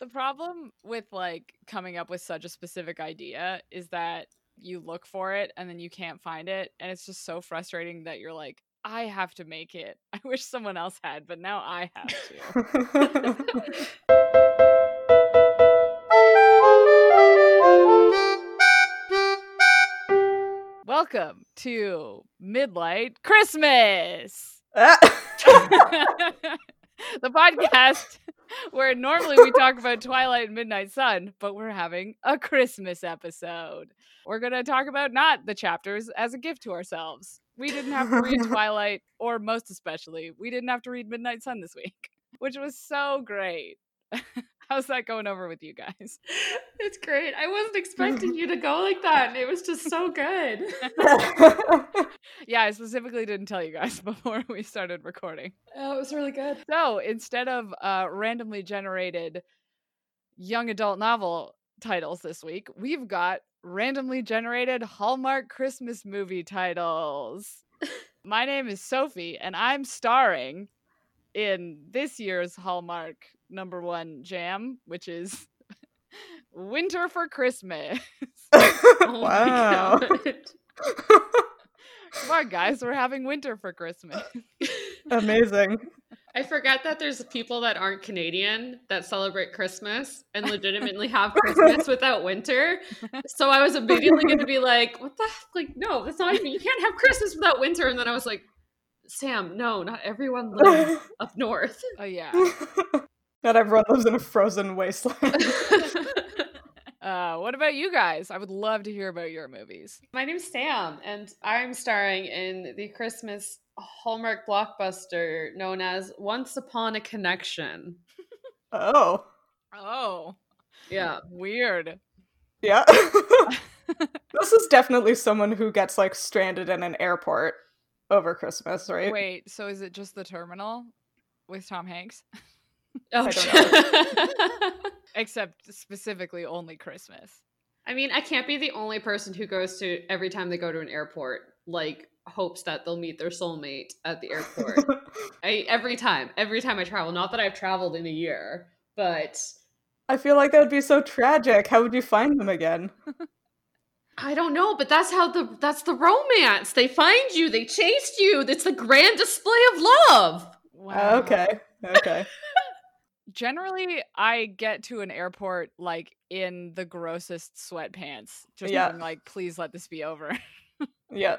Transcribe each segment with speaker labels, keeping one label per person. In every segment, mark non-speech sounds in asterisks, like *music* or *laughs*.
Speaker 1: The problem with like coming up with such a specific idea is that you look for it and then you can't find it. And it's just so frustrating that you're like, I have to make it. *laughs* I wish someone else had, but now I have
Speaker 2: *laughs*
Speaker 1: to. Oh Welcome to Midlight Christmas, *laughs* the podcast *laughs* where normally we talk
Speaker 3: *laughs*
Speaker 1: about Twilight and Midnight Sun, but we're having a Christmas episode. We're going to talk about not the chapters as a gift to ourselves. We didn't have to
Speaker 3: *laughs*
Speaker 1: read Twilight, or most especially, we didn't have to read Midnight Sun this week, *laughs* which was so great. *laughs* How's that going over with you guys?
Speaker 3: It's great. I wasn't
Speaker 1: *laughs*
Speaker 3: expecting you to go like that. and It was just so good.
Speaker 1: Yeah, I specifically didn't tell you guys *laughs* before we started recording.
Speaker 3: Oh, it was really good.
Speaker 1: So instead of uh, randomly generated young adult novel titles this week, we've got randomly generated Hallmark Christmas movie titles. My name is Sophie, and I'm starring in this year's Hallmark number one jam, which is *laughs* Winter for Christmas.
Speaker 3: Oh my
Speaker 2: wow.
Speaker 3: God.
Speaker 1: Come on, guys, we're having winter for Christmas.
Speaker 2: *laughs* Amazing.
Speaker 3: I forgot that there's people that aren't Canadian that celebrate Christmas and legitimately have Christmas without winter. So I was immediately going to be like, what the heck? Like, no, that's not even, you can't have Christmas without winter. And then I was like, Sam, no, not everyone
Speaker 2: *laughs*
Speaker 3: lives up north.
Speaker 1: Oh, yeah.
Speaker 2: Not everyone lives in a frozen wasteland. *laughs*
Speaker 1: Uh, what about you guys? I would love to hear about your movies.
Speaker 3: My name's Sam, and I'm starring in the Christmas Hallmark blockbuster known as Once Upon a Connection.
Speaker 2: Oh,
Speaker 1: Oh,
Speaker 3: Yeah.
Speaker 1: weird.
Speaker 2: yeah. *laughs* this is definitely someone who gets like stranded in an airport over Christmas, *laughs* right?
Speaker 1: Wait, so is it just the terminal with Tom Hanks? *laughs*
Speaker 3: Oh.
Speaker 2: I
Speaker 3: I,
Speaker 1: Except specifically only Christmas.
Speaker 3: mean, I can't be the only person who goes to every time they go to an airport, like hopes that they'll meet their soulmate at the airport. I every time, every time I travel, not that I've traveled in a year, but
Speaker 2: I feel like that would be so tragic. How would you find them again?
Speaker 3: I don't know, but that's how the that's the romance. They find you, they chased you. It's the grand display of love.
Speaker 1: Wow.
Speaker 2: Okay, okay.
Speaker 1: Generally, I get to an airport like in the grossest sweatpants, just
Speaker 2: Yeah.
Speaker 1: being like, please let this be over. *laughs*
Speaker 2: Yeah.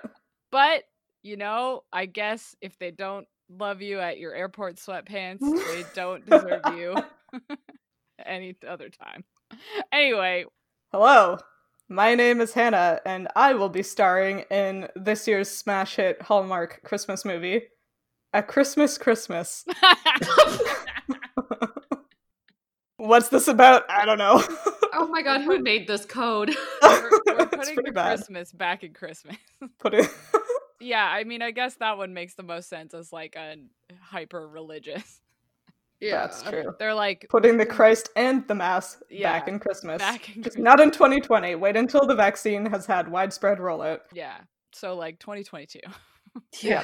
Speaker 1: But, you know, I guess if they don't love you at your airport sweatpants, they don't deserve
Speaker 2: *laughs*
Speaker 1: you *laughs* any other time.
Speaker 2: *laughs*
Speaker 1: Anyway, *laughs*
Speaker 2: Hello, my name is Hannah, and I will be starring in this year's smash hit Hallmark Christmas movie, A
Speaker 1: *laughs*
Speaker 2: Christmas Christmas. What's this about? I don't know.
Speaker 3: Oh my god, who made this code? *laughs*
Speaker 1: we're, we're
Speaker 2: *laughs* It's
Speaker 1: putting
Speaker 2: pretty
Speaker 1: the
Speaker 2: bad.
Speaker 1: Christmas back in Christmas. *laughs*
Speaker 2: Put *laughs* it.
Speaker 1: yeah, I mean, I guess that one makes the most sense as like a hyper religious.
Speaker 2: That's true.
Speaker 1: *laughs* They're like
Speaker 2: Putting the Christ and the Mass back
Speaker 1: Yeah,
Speaker 2: in Christmas.
Speaker 1: back in
Speaker 2: Just
Speaker 1: Christmas.
Speaker 2: not in 2020. Wait until the vaccine has had widespread rollout.
Speaker 1: yeah. So like 2022.
Speaker 2: Yeah.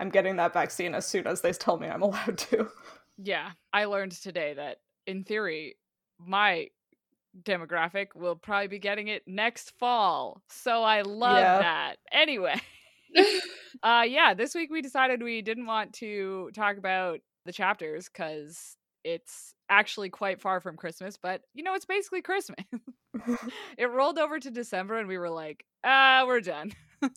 Speaker 2: I'm getting that vaccine as soon as they tell me I'm allowed to.
Speaker 1: *laughs* Yeah, I learned today that in theory, my demographic will probably be getting it next fall. So I love
Speaker 2: Yeah.
Speaker 1: that. Anyway. *laughs* Uh yeah, this week we decided we didn't want to talk about the chapters cuz it's actually quite far from Christmas, but you know, it's basically Christmas. it rolled over to December and we were like, "Ah, we're done." *laughs*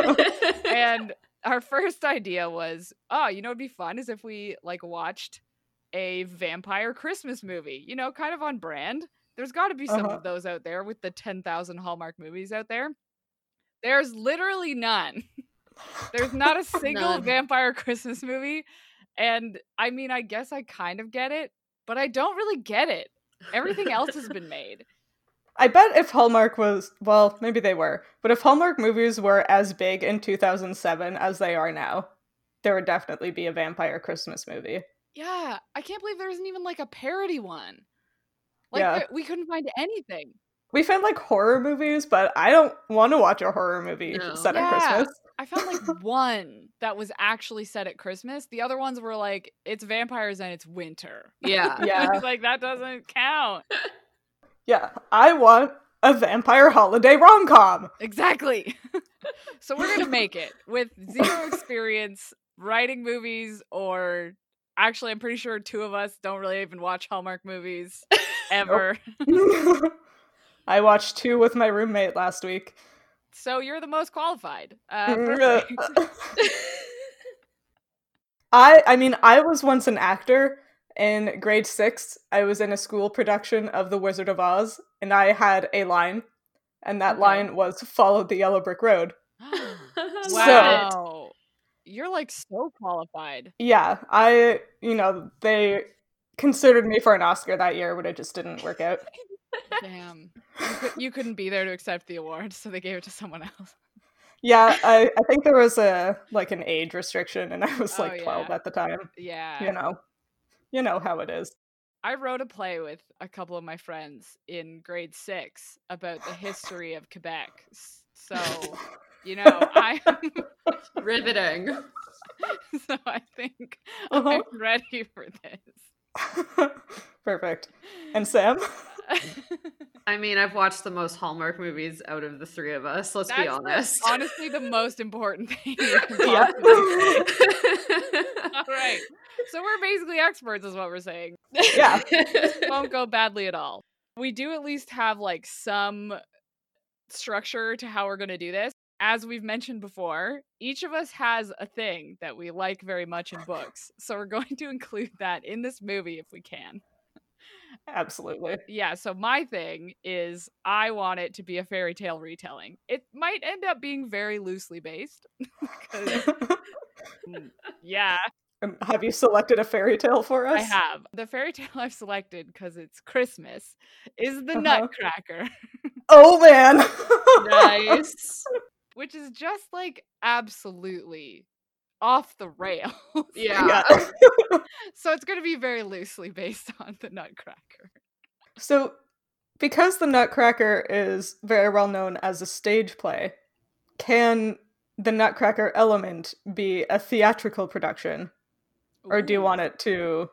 Speaker 2: *laughs*
Speaker 1: and our first idea was, "Oh, you know it'd be fun is if we like watched a vampire Christmas movie." You know, kind of on brand. There's got to be some
Speaker 2: Uh-huh.
Speaker 1: of those out there with the 10,000 Hallmark movies out there. There's literally none. There's not a single
Speaker 3: None.
Speaker 1: vampire Christmas movie. And I mean, I guess I kind of get it, but I don't really get it. Everything else has been made.
Speaker 2: I bet if Hallmark was, well, maybe they were, but if Hallmark movies were as big in 2007 as they are now, there would definitely be a vampire Christmas movie.
Speaker 1: Yeah, I can't believe there isn't even like a parody one. Like
Speaker 2: Yeah.
Speaker 1: there- we couldn't find anything.
Speaker 2: We found like horror movies, but I don't want to watch a horror movie
Speaker 3: No.
Speaker 2: set
Speaker 1: Yeah.
Speaker 2: on Christmas.
Speaker 1: I found
Speaker 2: *laughs*
Speaker 1: like one that was actually set at Christmas. The other ones were like, it's vampires and it's winter.
Speaker 3: *laughs*
Speaker 1: *laughs*
Speaker 3: Yeah.
Speaker 2: *laughs*
Speaker 3: *laughs*
Speaker 2: Yeah.
Speaker 1: It's like that doesn't count.
Speaker 2: Yeah, I want a vampire holiday rom com.
Speaker 1: Exactly. *laughs* so we're gonna make it with zero experience writing movies or actually I'm pretty sure two of us don't really even watch Hallmark
Speaker 2: *laughs*
Speaker 1: movies ever.
Speaker 2: *laughs* I watched two with my roommate last week.
Speaker 1: So you're the most qualified. Uh,
Speaker 2: Mm,
Speaker 1: perfect.
Speaker 2: I I mean I was once an actor in grade 6 I was in a school production of The Wizard of Oz and I had a line and that
Speaker 1: Okay.
Speaker 2: line was follow the yellow brick road.
Speaker 1: wow. You're like so qualified.
Speaker 2: Yeah, I you know they considered me for an Oscar that year but it just didn't work out. *laughs*
Speaker 1: Damn. You, cou- you couldn't be there to accept the award, so they gave it to someone else.
Speaker 2: Yeah, I, I think there was a like an age restriction and I was
Speaker 1: Oh,
Speaker 2: like 12
Speaker 1: yeah.
Speaker 2: at the time.
Speaker 1: Yeah.
Speaker 2: You know. You know how it is.
Speaker 1: I wrote a play with a couple of my friends in grade six about the history of Quebec. S- So, you know, I *laughs*
Speaker 3: Riveting.
Speaker 1: so I think
Speaker 2: Uh-huh.
Speaker 1: I'm ready for this.
Speaker 2: *laughs* Perfect.
Speaker 1: *laughs*
Speaker 2: And Sam?
Speaker 3: I mean, I've watched the most Hallmark movies out of the three of us. Let's be
Speaker 1: That's the-
Speaker 3: honest. *laughs*
Speaker 1: honestly the most important
Speaker 2: *laughs*
Speaker 1: thing. you can
Speaker 2: Yeah.
Speaker 1: possibly *laughs* say. All right. So we're basically experts, is what we're saying.
Speaker 2: Yeah.
Speaker 1: won't *laughs* go badly at all. We do at least have like some structure to how we're going to do this. As we've mentioned before, each of us has a thing that we like very much in books. So we're going to include that in this movie if we can.
Speaker 2: Absolutely.
Speaker 1: Yeah, so my thing is I want it to be a fairy tale retelling. It might end up being very loosely based. 'cause, yeah,
Speaker 2: Um, Have you selected a fairy tale for us?
Speaker 1: I have. The fairy tale I've selected because it's Christmas is The
Speaker 2: Uh-huh.
Speaker 1: Nutcracker.
Speaker 2: Oh man.
Speaker 3: *laughs* nice.
Speaker 1: which is just like absolutely off the rail.
Speaker 3: Yeah.
Speaker 2: *laughs* Yeah.
Speaker 1: *laughs* so it's going to be very loosely based *laughs* on the Nutcracker.
Speaker 2: So because the Nutcracker is very well known as a stage play, can the Nutcracker element be a theatrical production or do you
Speaker 1: Ooh.
Speaker 2: want it to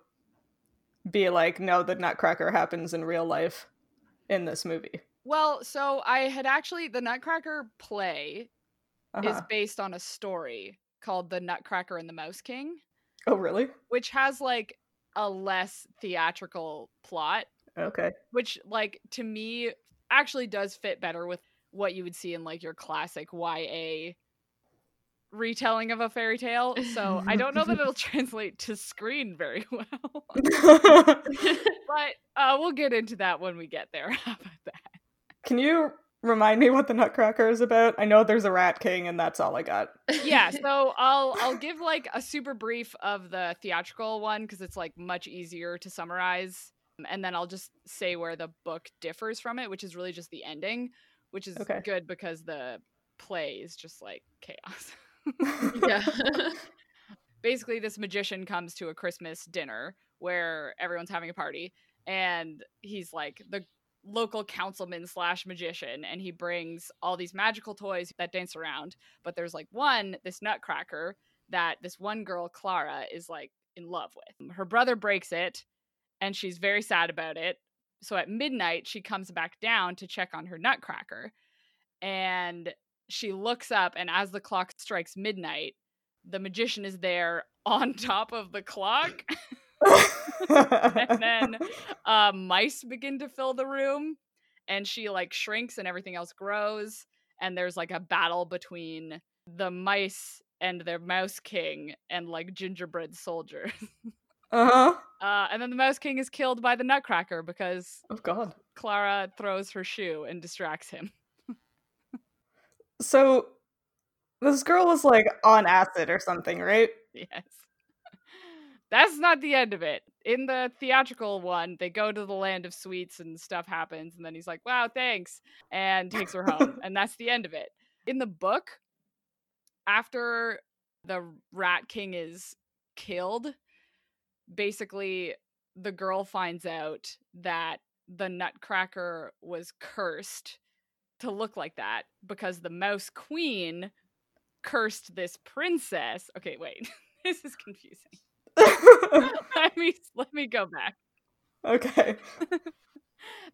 Speaker 2: be like no the Nutcracker happens in real life in this movie?
Speaker 1: Well, so I had actually the Nutcracker play is
Speaker 2: Uh-huh.
Speaker 1: based on a story called The Nutcracker and the Mouse King,
Speaker 2: Oh really?
Speaker 1: which has like a less theatrical plot, *laughs*
Speaker 2: Okay.
Speaker 1: which like to me actually does fit better with what you would see in like your classic YA retelling of a fairy tale. So I don't know that it'll translate to screen very *laughs* well. But uh, we'll get into that when we get there. *laughs* How about that?
Speaker 2: Can you remind me what the Nutcracker is about? I know there's a Rat King, and that's all I got. *laughs*
Speaker 3: *laughs*
Speaker 1: Yeah, so I'll I'll give like a super brief of the theatrical one because it's like much easier to summarize. um, And then I'll just say where the book differs from it, which is really just the ending, which is
Speaker 2: Okay.
Speaker 1: good because the play is just like chaos.
Speaker 3: yeah.
Speaker 1: basically this magician comes to a christmas dinner where everyone's having a party and he's like the local councilman slash magician and he brings all these magical toys that dance around but there's like one this nutcracker that this one girl clara is like in love with her brother breaks it and she's very sad about it so at midnight she comes back down to check on her nutcracker and she looks up and as the clock strikes midnight the magician is there *laughs* on top of the clock *laughs* and then uh, mice begin to fill the room and she like shrinks and everything else grows and there's like a battle between the mice and their mouse king and like gingerbread soldier
Speaker 2: uh huh.
Speaker 1: *laughs* uh, and then the mouse king is killed by the nutcracker because
Speaker 2: Oh God.
Speaker 1: clara throws her shoe and distracts him
Speaker 2: So this girl was like on acid or something, right? *laughs*
Speaker 1: *laughs* Yes. That's not the end of it. In the theatrical one, they go to the land of sweets and stuff happens. And then he's like, wow, thanks. And takes her home. and that's the end of it. In the book, after the Rat King is killed, basically the girl finds out that the Nutcracker was cursed to look like that because the Mouse Queen cursed this princess. Okay, wait. *laughs* this is confusing. *laughs* let me let me go back.
Speaker 2: okay. *laughs*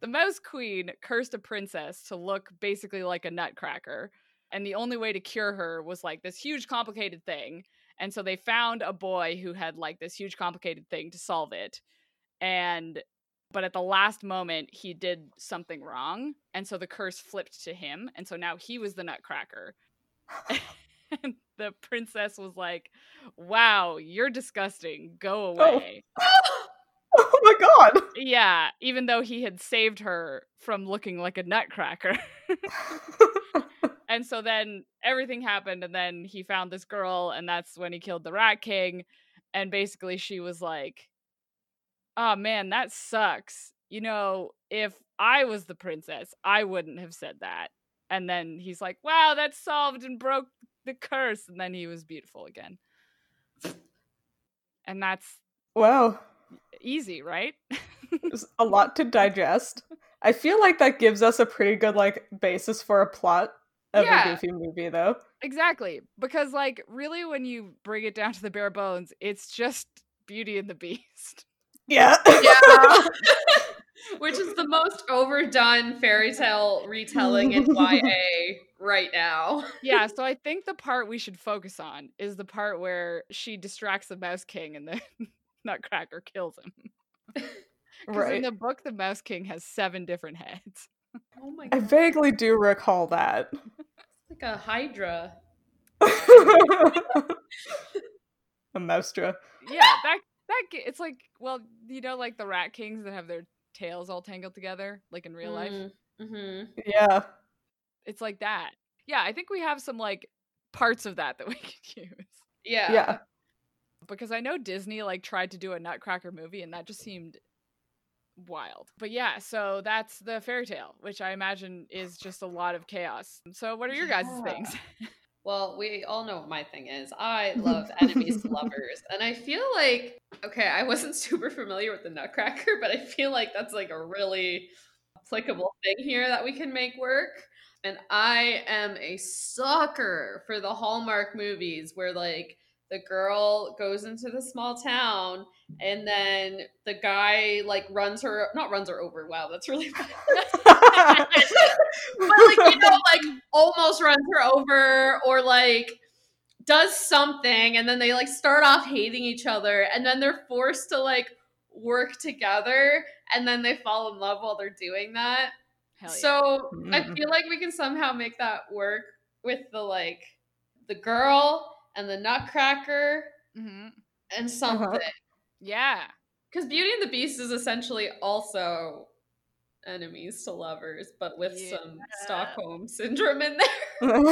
Speaker 1: The Mouse Queen cursed a princess to look basically like a nutcracker, and the only way to cure her was like this huge complicated thing. And so they found a boy who had like this huge complicated thing to solve it. And but at the last moment he did something wrong, and so the curse flipped to him, and so now he was the nutcracker. *laughs* and the princess was like, "Wow, you're disgusting. Go away."
Speaker 2: Oh my god. *laughs*
Speaker 1: Yeah, even though he had saved her from looking like a nutcracker. *laughs* and so then everything happened, and then he found this girl, and that's when he killed the Rat King. And basically, she was like, Oh man, that sucks. You know, if I was the princess, I wouldn't have said that. And then he's like, Wow, that solved and broke the curse. And then he was beautiful again. And that's
Speaker 2: wow.
Speaker 1: easy, right?
Speaker 2: There's a lot to digest. I feel like that gives us a pretty good like basis for a plot of
Speaker 1: Yeah.
Speaker 2: a goofy movie though.
Speaker 1: Exactly. Because like really when you bring it down to the bare bones, it's just Beauty and the Beast. *laughs*
Speaker 2: *laughs* Yeah.
Speaker 3: Yeah. *laughs* Which is the most overdone fairy tale retelling in YA right now.
Speaker 1: yeah, so I think the part we should focus on is the part where she distracts the Mouse King and the *laughs* Nutcracker kills him. Because
Speaker 2: right.
Speaker 1: in the book the Mouse King has seven different heads. *laughs*
Speaker 3: Oh my
Speaker 2: I
Speaker 3: god.
Speaker 2: vaguely do recall that. *laughs*
Speaker 3: It's like a hydra.
Speaker 2: a maestra.
Speaker 1: Yeah, that that g- it's like well, you know like the rat kings that have their tails all tangled together like in real life.
Speaker 3: hmm
Speaker 2: Yeah.
Speaker 1: It's like that. Yeah, I think we have some like parts of that that we *laughs* could use.
Speaker 3: Yeah.
Speaker 2: Yeah.
Speaker 1: because I know Disney like tried to do a Nutcracker movie and that just seemed wild. But yeah, so that's the fairy tale, which I imagine is just a lot of chaos. So what are your guys'
Speaker 3: Yeah.
Speaker 1: things? *laughs*
Speaker 3: Well, we all know what my thing is. I love enemies to lovers. And I feel like, okay, I wasn't *laughs* super familiar with the Nutcracker, but I feel like that's like a really applicable thing here that we can make work. And I am a sucker for the Hallmark movies where like the girl goes into the small town and then the guy like runs her, not runs her over. Wow, that's really
Speaker 2: *laughs*
Speaker 3: but like you know like almost runs her over or like does something and then they like start off hating each other and then they're forced to like work together and then they fall in love while they're doing that
Speaker 1: Hell yeah.
Speaker 3: so i
Speaker 2: Mm.
Speaker 3: feel like we can somehow make that work with the like the girl and the nutcracker
Speaker 1: hmm
Speaker 3: and something
Speaker 1: yeah.
Speaker 3: because beauty and the beast is essentially also enemies to lovers but with
Speaker 1: Yeah.
Speaker 3: some stockholm syndrome in there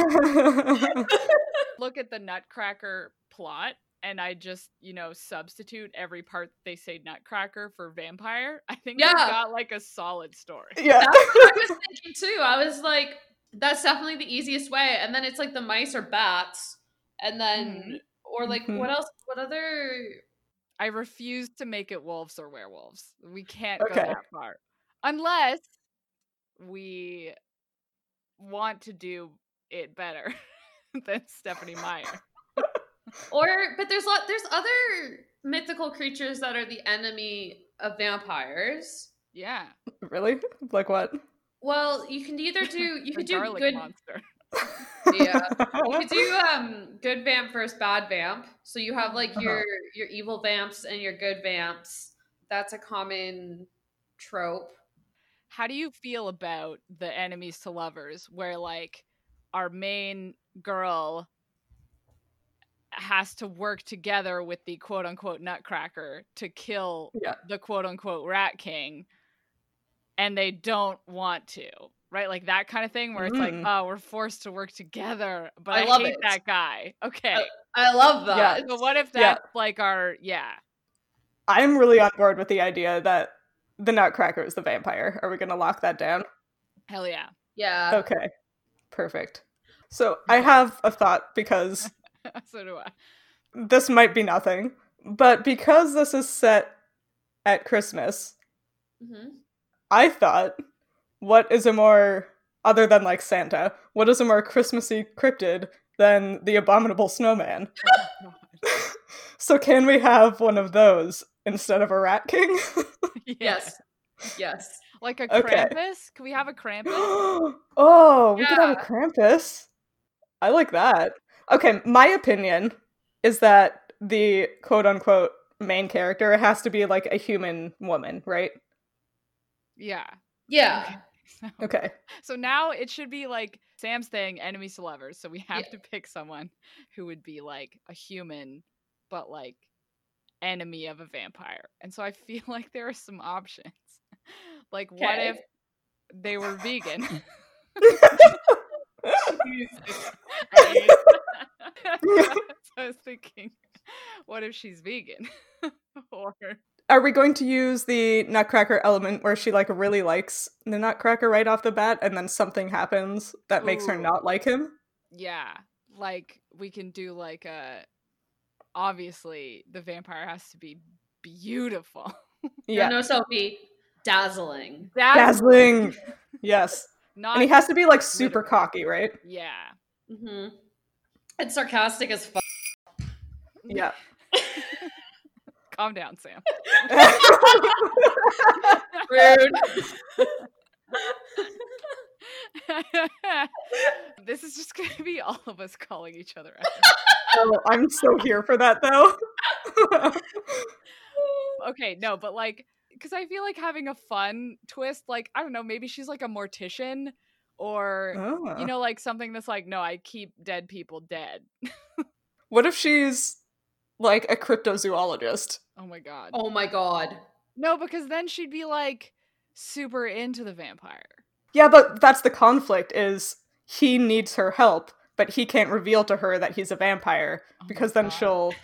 Speaker 2: *laughs*
Speaker 1: Look at the Nutcracker plot and I just, you know, substitute every part they say Nutcracker for vampire. I think yeah.
Speaker 3: Yeah.
Speaker 1: have got like a solid story.
Speaker 2: yeah.
Speaker 3: That's what I was thinking too. I was like, that's definitely the easiest way. And then it's like the mice or bats, and then
Speaker 1: Mhm.
Speaker 3: or like
Speaker 2: Mhm.
Speaker 3: what else? What other?
Speaker 1: I refuse to make it wolves or werewolves. We can't go
Speaker 2: Okay.
Speaker 1: that far. Unless we want to do it better *laughs* than Stephanie Meyer.
Speaker 3: Or but there's lot there's other mythical creatures that are the enemy of vampires.
Speaker 1: Yeah.
Speaker 2: Really? Like what?
Speaker 3: Well, you can either
Speaker 1: *laughs*
Speaker 3: do you
Speaker 1: the
Speaker 3: could do
Speaker 1: garlic
Speaker 3: good
Speaker 1: monster.
Speaker 3: Yeah. you could do um good vamp versus bad vamp. So you have
Speaker 1: Uh-huh.
Speaker 3: like your your evil vamps and your good vamps. That's a common trope.
Speaker 1: How do you feel about the enemies to lovers where like our main girl has to work together with the quote unquote nutcracker to kill
Speaker 2: Yeah.
Speaker 1: the quote unquote rat king and they don't want to right like that kind of thing where it's like
Speaker 2: Mm.
Speaker 1: oh we're forced to work together but i,
Speaker 3: I love
Speaker 1: hate
Speaker 3: it.
Speaker 1: that guy okay
Speaker 3: I love that.
Speaker 1: but what if
Speaker 2: Yeah.
Speaker 1: that's like our yeah
Speaker 2: *laughs* I'm really on board with the idea that the Nutcracker is the vampire. Are we going to lock that down?
Speaker 1: hell yeah *laughs*
Speaker 3: Yeah.
Speaker 2: Okay. Perfect. So I have a thought because
Speaker 1: so do i *laughs*
Speaker 2: this might be nothing, but because this is set at Christmas,
Speaker 3: hmm
Speaker 2: I thought, what is a more, other than like Santa, what is a more Christmassy cryptid than the abominable snowman. *laughs* so can we have one of those instead of a rat king? *gasps*
Speaker 1: Yeah.
Speaker 2: *laughs*
Speaker 3: Yes. Yes.
Speaker 1: Like a
Speaker 2: Okay.
Speaker 1: Krampus? Can we have a
Speaker 2: *gasps*
Speaker 1: Krampus?
Speaker 2: oh, we could have a
Speaker 3: Yeah.
Speaker 2: Krampus. I like that. Okay, my opinion is that the quote unquote main character has to be like a human woman, right?
Speaker 1: Yeah.
Speaker 3: Yeah.
Speaker 1: *laughs* So,
Speaker 2: Okay. *laughs*
Speaker 1: so now it should be like Sam's thing, enemies to lovers. So we have to
Speaker 3: Yeah.
Speaker 1: pick someone who would be like a human, but like enemy of a vampire. And so I feel *laughs* like there are some options. *laughs* like, what if
Speaker 3: Okay.
Speaker 1: they were
Speaker 3: *laughs*
Speaker 1: vegan? *laughs* *laughs*
Speaker 3: *laughs*
Speaker 1: so I was thinking, what if she's vegan? *laughs* or
Speaker 2: Are we going to use the nutcracker element where she like really likes the nutcracker right off the bat and then something happens that makes her
Speaker 1: Ooh.
Speaker 2: not like him?
Speaker 1: yeah, like we can do like a. Obviously, the vampire has to be beautiful, *laughs*
Speaker 3: Yeah.
Speaker 2: Yeah.
Speaker 3: No, Sophie. Dazzling.
Speaker 2: Dazzling. yes.
Speaker 1: not
Speaker 2: And he has to be like super
Speaker 1: literally.
Speaker 2: cocky, right?
Speaker 1: yeah.
Speaker 3: hmm And sarcastic
Speaker 2: *laughs*
Speaker 3: as fuck.
Speaker 2: Yeah.
Speaker 1: *laughs*
Speaker 2: *laughs*
Speaker 1: Calm down, Sam. *laughs*
Speaker 3: Rude.
Speaker 1: this is just gonna be all of us calling each other out.
Speaker 2: *laughs* Oh, I'm so here for that though. *laughs*
Speaker 1: okay no but like because i feel like having a fun twist like i don't know maybe she's like a mortician or
Speaker 2: Oh.
Speaker 1: you know like something that's like no i keep dead people dead
Speaker 2: what if she's like a cryptozoologist?
Speaker 1: oh my god
Speaker 3: Oh my god.
Speaker 1: no because then she'd be like super into the vampire
Speaker 2: Yeah, but that's the conflict is he needs her help, but he can't reveal to her that he's a vampire
Speaker 1: Oh my
Speaker 2: because then
Speaker 1: God.
Speaker 2: she'll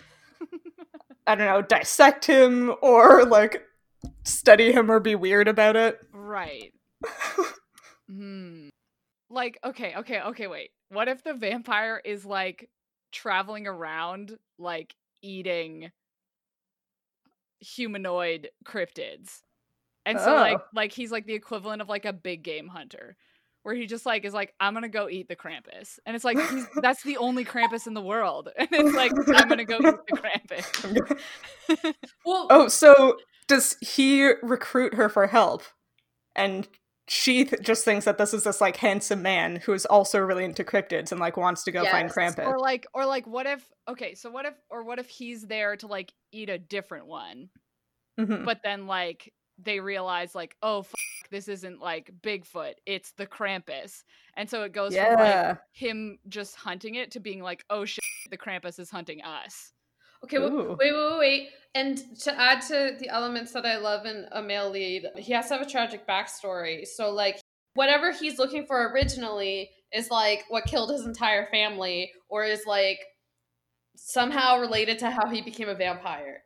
Speaker 2: I don't know, dissect him or like study him or be weird about it. *laughs*
Speaker 1: right hmm like okay okay okay wait what if the vampire is like traveling around like eating humanoid cryptids and so like
Speaker 2: Oh.
Speaker 1: like he's like the equivalent of like a big game hunter where he just like is like i'm gonna go eat the krampus and it's like he's, that's the only krampus in the world *laughs* and it's like i'm gonna go eat
Speaker 2: *laughs*
Speaker 1: the krampus
Speaker 3: Well,
Speaker 2: oh, so does he recruit her for help? And she th- just thinks that this is this like handsome man who is also really into cryptids and like wants to go find
Speaker 3: Yes,
Speaker 2: Krampus.
Speaker 1: or like or like what if okay so what if or what if he's there to like eat a different one
Speaker 2: Mhm.
Speaker 1: but then like they realize like oh f- this isn't like bigfoot it's the krampus and so it goes from like
Speaker 2: Yeah.
Speaker 1: him just hunting it to being like oh shit the krampus is hunting us
Speaker 3: okay. Well,
Speaker 2: Ooh.
Speaker 3: wait, wait, wait, wait. And to add to the elements that I love in a male lead, he has to have a tragic backstory. So, like, whatever he's looking for originally is like what killed his entire family, or is like somehow related to how he became
Speaker 2: *laughs*
Speaker 3: a vampire.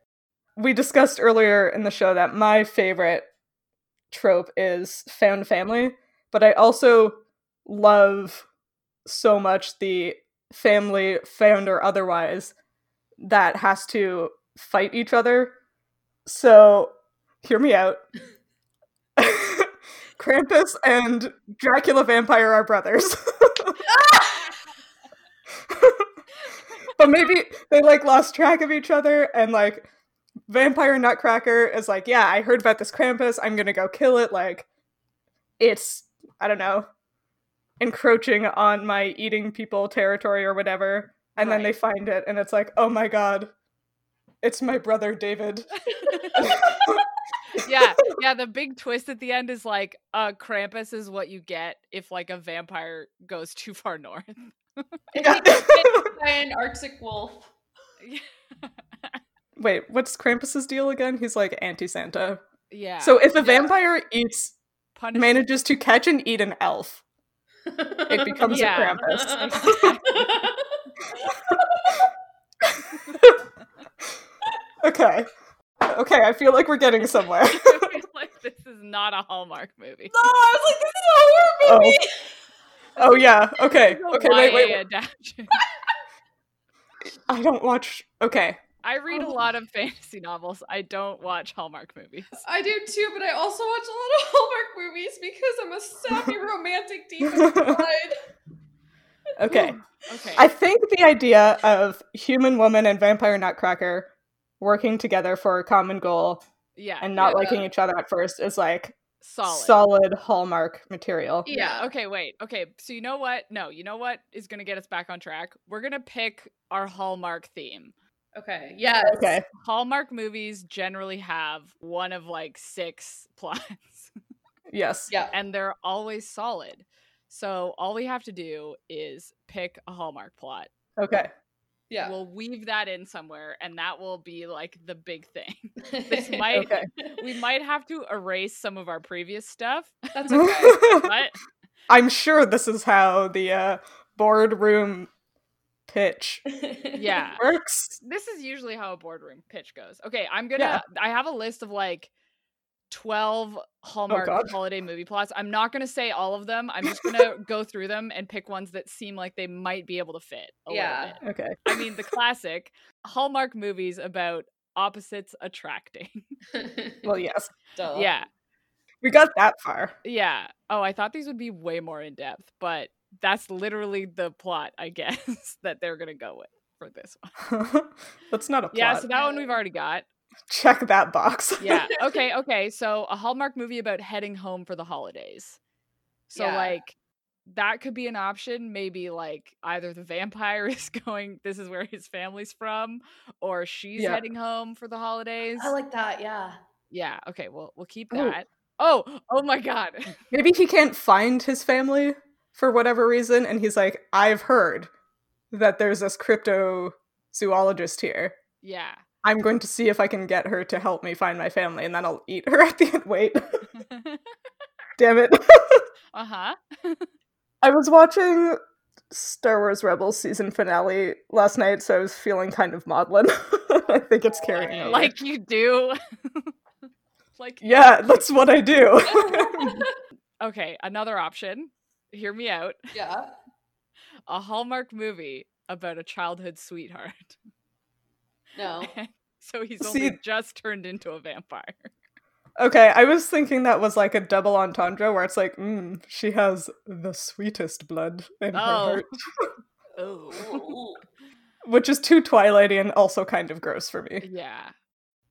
Speaker 2: we discussed earlier in the show that my favorite trope is found family, but I also love so much the family found or otherwise that has to fight each other. So, hear me out. *laughs* Krampus and Dracula vampire are brothers. *laughs* but maybe they like lost track of each other and like vampire nutcracker is like yeah i heard about this krampus i'm gonna go kill it like it's i don't know encroaching on my eating people territory or whatever and then they find it and it's like oh my god it's my brother david
Speaker 1: *laughs* yeah
Speaker 2: *laughs*
Speaker 1: yeah the big twist at the end is like uh krampus is what you get if like a vampire goes too far north *laughs*
Speaker 3: By an Arctic wolf.
Speaker 2: wait what's krampus's deal again he's like anti-santa
Speaker 1: yeah
Speaker 2: so if a vampire eats
Speaker 1: punish
Speaker 2: manages to catch and eat an elf it
Speaker 3: *laughs*
Speaker 1: *laughs*
Speaker 2: becomes
Speaker 1: Yeah.
Speaker 2: a krampus Okay. Okay, I feel like we're getting
Speaker 3: *laughs*
Speaker 2: somewhere.
Speaker 1: I feel like this *laughs* is not a hallmark movie
Speaker 3: No, I was like, this is a horror movie.
Speaker 2: Oh yeah. Okay.
Speaker 1: It's a
Speaker 2: Okay, wait, wait,
Speaker 1: YA
Speaker 2: wait.
Speaker 1: adaptation.
Speaker 2: I don't watch Okay.
Speaker 1: i read a lot of fantasy novels i don't watch hallmark movies *laughs*
Speaker 3: I do too, but I also watch a lot of *laughs* Hallmark *laughs* movies because I'm a sappy romantic deep inside.
Speaker 2: Okay.
Speaker 1: Okay.
Speaker 2: I think the idea of human woman and vampire nutcracker working together for a common goal
Speaker 1: yeah.
Speaker 2: and not
Speaker 3: Yeah.
Speaker 2: liking each other at first is like
Speaker 1: solid.
Speaker 2: solid hallmark material.
Speaker 1: yeah.
Speaker 3: Yeah.
Speaker 1: Okay, wait. Okay. So you know what? No, you know what is going to get us back on track? We're going to pick our Hallmark theme.
Speaker 3: Okay. Yes.
Speaker 2: Okay.
Speaker 1: Hallmark movies generally have one of like six *laughs* plots.
Speaker 2: Yes.
Speaker 3: Yeah.
Speaker 1: and they're always solid. So all we have to do is pick a Hallmark plot.
Speaker 2: Okay.
Speaker 3: Yeah.
Speaker 1: We'll weave that in somewhere and that will be like the big thing. *laughs*
Speaker 3: *laughs*
Speaker 1: This might
Speaker 2: Okay.
Speaker 1: we might have to erase some of our previous stuff,
Speaker 3: That's *laughs* okay.
Speaker 1: but
Speaker 2: *laughs* I'm sure this is how the uh, boardroom pitch
Speaker 3: *laughs*
Speaker 1: yeah.
Speaker 2: works.
Speaker 1: This is usually how a boardroom pitch goes. Okay, I'm going to I have a list of like 12 Hallmark
Speaker 2: Oh, God.
Speaker 1: holiday movie plots. I'm not going to say all of them. I'm just going
Speaker 2: *laughs*
Speaker 1: to go through them and pick ones that seem like they might be able to fit a little
Speaker 3: Yeah.
Speaker 1: bit.
Speaker 2: Okay.
Speaker 1: I mean, the classic Hallmark movies about opposites attracting. *laughs*
Speaker 2: Well, yes.
Speaker 3: Duh.
Speaker 1: yeah.
Speaker 2: We got that far.
Speaker 1: Yeah. Oh, I thought these would be way more in depth, but that's literally the plot, I *laughs* guess, that they're going to go with for this one.
Speaker 2: *laughs* That's not a plot.
Speaker 1: Yeah. So that one we've already got.
Speaker 2: Check that box.
Speaker 1: *laughs* Yeah. Okay. Okay. So a Hallmark movie about heading home for the holidays. So,
Speaker 3: Yeah.
Speaker 1: like, that could be an option. Maybe, like, either the vampire *laughs* is going, this is where his family's from, or she's
Speaker 2: Yeah.
Speaker 1: heading home for the holidays.
Speaker 3: I like that. Yeah.
Speaker 1: Yeah. Okay. Well, we'll keep
Speaker 2: Oh.
Speaker 1: that. Oh, oh my God. *laughs*
Speaker 2: Maybe he can't find his family for whatever reason, and he's like, I've heard that there's this cryptozoologist here.
Speaker 1: yeah. *laughs*
Speaker 2: I'm going to see if I can get her to help me find my family, and then I'll eat her at the end. *laughs* Wait, damn it. *laughs*
Speaker 1: uh huh.
Speaker 2: I was watching Star Wars Rebels season finale last night, so I was feeling kind of maudlin. *laughs* I think it's carrying over.
Speaker 1: Like you do. *laughs* like
Speaker 2: yeah, that's what I do.
Speaker 1: *laughs* okay. Another option. Hear me out.
Speaker 3: yeah.
Speaker 1: A Hallmark movie about a childhood sweetheart.
Speaker 3: No.
Speaker 1: *laughs* so he's
Speaker 2: See-
Speaker 1: only just turned into a vampire.
Speaker 2: okay, I was thinking that was like a double entendre where it's like, mm, she has the sweetest blood in her
Speaker 1: Oh.
Speaker 2: heart,
Speaker 1: *laughs* Oh.
Speaker 3: *laughs*
Speaker 2: which is too Twilighty and also kind of gross for me.
Speaker 1: yeah.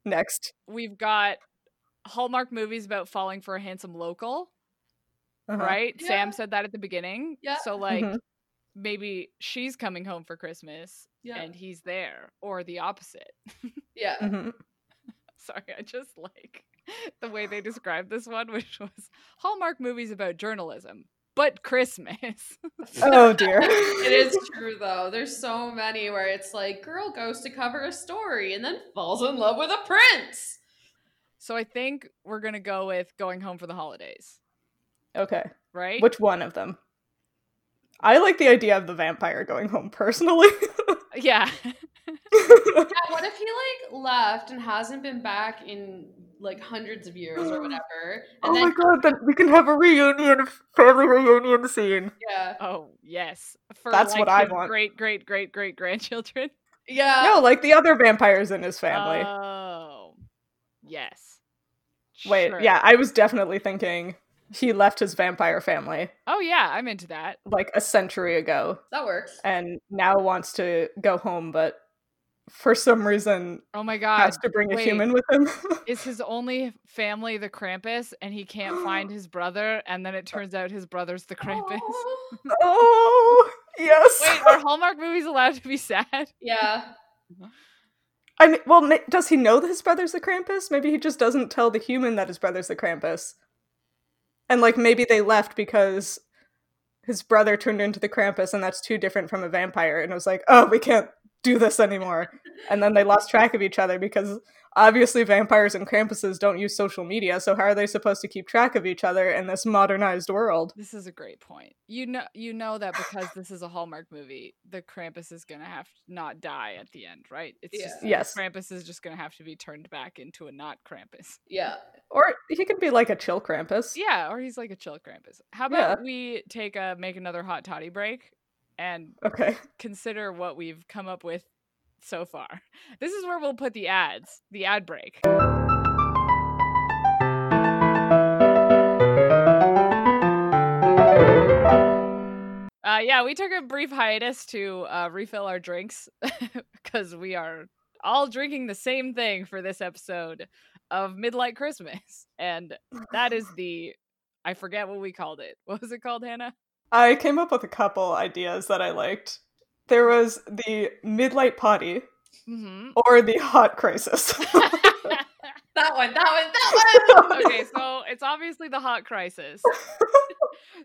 Speaker 2: Next.
Speaker 1: We've got Hallmark movies about falling for a handsome local.
Speaker 2: Uh-huh.
Speaker 1: right?
Speaker 3: Yeah.
Speaker 1: Sam said that at the beginning.
Speaker 3: Yeah.
Speaker 1: So like
Speaker 2: Mhm.
Speaker 1: maybe she's coming home for Christmas
Speaker 3: Yeah.
Speaker 1: and he's there, or the opposite. *laughs*
Speaker 3: yeah.
Speaker 2: Mhm.
Speaker 1: Sorry, I just like *laughs* the way they described this one, *laughs* which was Hallmark movies about journalism, but Christmas. *laughs*
Speaker 2: Oh dear.
Speaker 3: it is true though. There's so many where it's like girl goes to cover a story and then falls in love with a prince.
Speaker 1: so I think we're gonna go with going home for the holidays,
Speaker 2: Okay.
Speaker 1: right?
Speaker 2: Which one of them? I like the idea of the vampire going home
Speaker 1: *laughs*
Speaker 2: personally.
Speaker 1: *laughs* yeah.
Speaker 3: Yeah, what if he like left and hasn't been back in like hundreds of years
Speaker 2: *gasps*
Speaker 3: or whatever? And
Speaker 2: oh
Speaker 3: then
Speaker 2: my god, then we can have a reunion, family reunion scene.
Speaker 3: yeah.
Speaker 1: Oh yes. For
Speaker 2: That's what I
Speaker 1: his
Speaker 2: want.
Speaker 1: Great, great, great, great grandchildren.
Speaker 3: Yeah.
Speaker 1: Uh,
Speaker 2: No, like the other vampires in his *laughs* family.
Speaker 1: Oh. Yes.
Speaker 2: Wait,
Speaker 1: Sure.
Speaker 2: yeah, I was definitely thinking he left his vampire family
Speaker 1: Oh yeah, I'm into that.
Speaker 2: like a century ago
Speaker 3: That works.
Speaker 2: and now wants to go home, but for some reason
Speaker 1: Oh my god.
Speaker 2: has to bring a
Speaker 1: wait.
Speaker 2: human with him.
Speaker 1: Is his only family the Krampus and he can't
Speaker 2: *gasps*
Speaker 1: find his brother and then it turns out his brother's the Krampus?
Speaker 3: Aw.
Speaker 2: *laughs* oh, yes.
Speaker 1: Wait, are Hallmark movies allowed to be sad? *laughs*
Speaker 3: Yeah.
Speaker 2: I mean, well, ma- does he know that his brother's the Krampus? Maybe he just doesn't tell the human that his brother's the Krampus. And like maybe they left because his brother turned into the Krampus, and that's too different from a vampire. And it was like, oh, we can't do this anymore. And then they lost track of each other because obviously vampires and Krampuses don't use social media. So how are they supposed to keep track of each other in this modernized world?
Speaker 1: This is a great point. You know you know that because this is a Hallmark movie, the Krampus is going to have to not die at the end, right? It's
Speaker 3: Yeah.
Speaker 1: just the
Speaker 2: Yes,
Speaker 1: Krampus is just going to have to be turned back into a not Krampus.
Speaker 3: Yeah.
Speaker 2: or he could be like a chill Krampus.
Speaker 1: Yeah, or he's like a chill Krampus. How about we take a make another hot toddy break and
Speaker 2: Okay.
Speaker 1: consider what we've come up with so far. This is where we'll put the ads, the ad break. Uh, yeah, yeah, we took a brief hiatus to uh, refill our drinks *laughs* because we are all drinking the same thing for this episode of Midlight Christmas. And that is the, I forget what we called it. What was it called, Hannah?
Speaker 2: I came up with a couple ideas that I liked. There was the midlight potty
Speaker 1: Mm-hmm.
Speaker 2: or the
Speaker 1: *laughs*
Speaker 2: hot crisis. *laughs*
Speaker 3: That one, that one, that one.
Speaker 1: Okay, so it's obviously the hot crisis.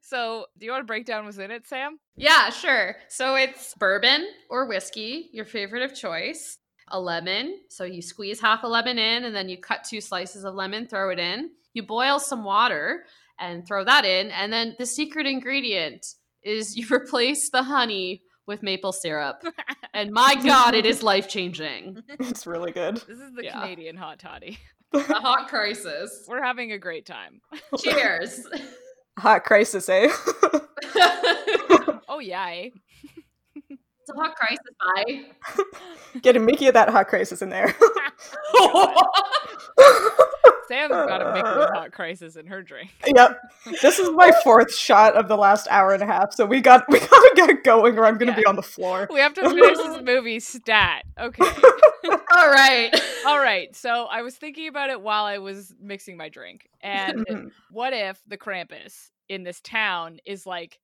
Speaker 1: so, do you want to break down what's in it, Sam?
Speaker 3: Yeah, sure. So it's bourbon or whiskey, your favorite of choice. A lemon. So you squeeze half a lemon in and then you cut two slices of lemon, throw it in. You boil some water and throw that in. And then the secret ingredient is you *laughs* replace the honey with maple syrup. And my God, it is life changing.
Speaker 2: it's really good.
Speaker 1: This is the
Speaker 3: Yeah.
Speaker 1: Canadian hot toddy. *laughs*
Speaker 3: A hot crisis.
Speaker 1: We're having a great time.
Speaker 3: Cheers. *laughs*
Speaker 2: Hot crisis, eh? *laughs*
Speaker 3: it's
Speaker 1: Oh, yay.
Speaker 3: a hot crisis. Bye.
Speaker 2: Getting Mickey of that hot crisis in there. *laughs*
Speaker 1: Sam's got a mix of hot crisis in her drink.
Speaker 2: yep. This is my fourth shot of the last hour and a half, so we got we gotta get going or I'm gonna be
Speaker 1: Yeah.
Speaker 2: on the floor.
Speaker 1: We have to finish this movie stat. Okay.
Speaker 3: All right. *laughs*
Speaker 1: All right. So I was thinking about it while I was mixing my drink. And
Speaker 2: Mhm.
Speaker 1: what if the Krampus in this town is like,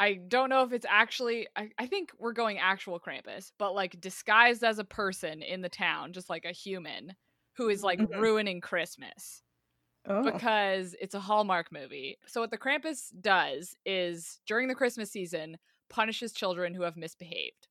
Speaker 1: I don't know if it's actually, I, I think we're going actual Krampus, but like disguised as a person in the town, just like a human who is like
Speaker 2: Mhm.
Speaker 1: ruining Christmas
Speaker 2: Oh.
Speaker 1: because it's a Hallmark movie. So what the Krampus does is during the Christmas season punishes children who have misbehaved.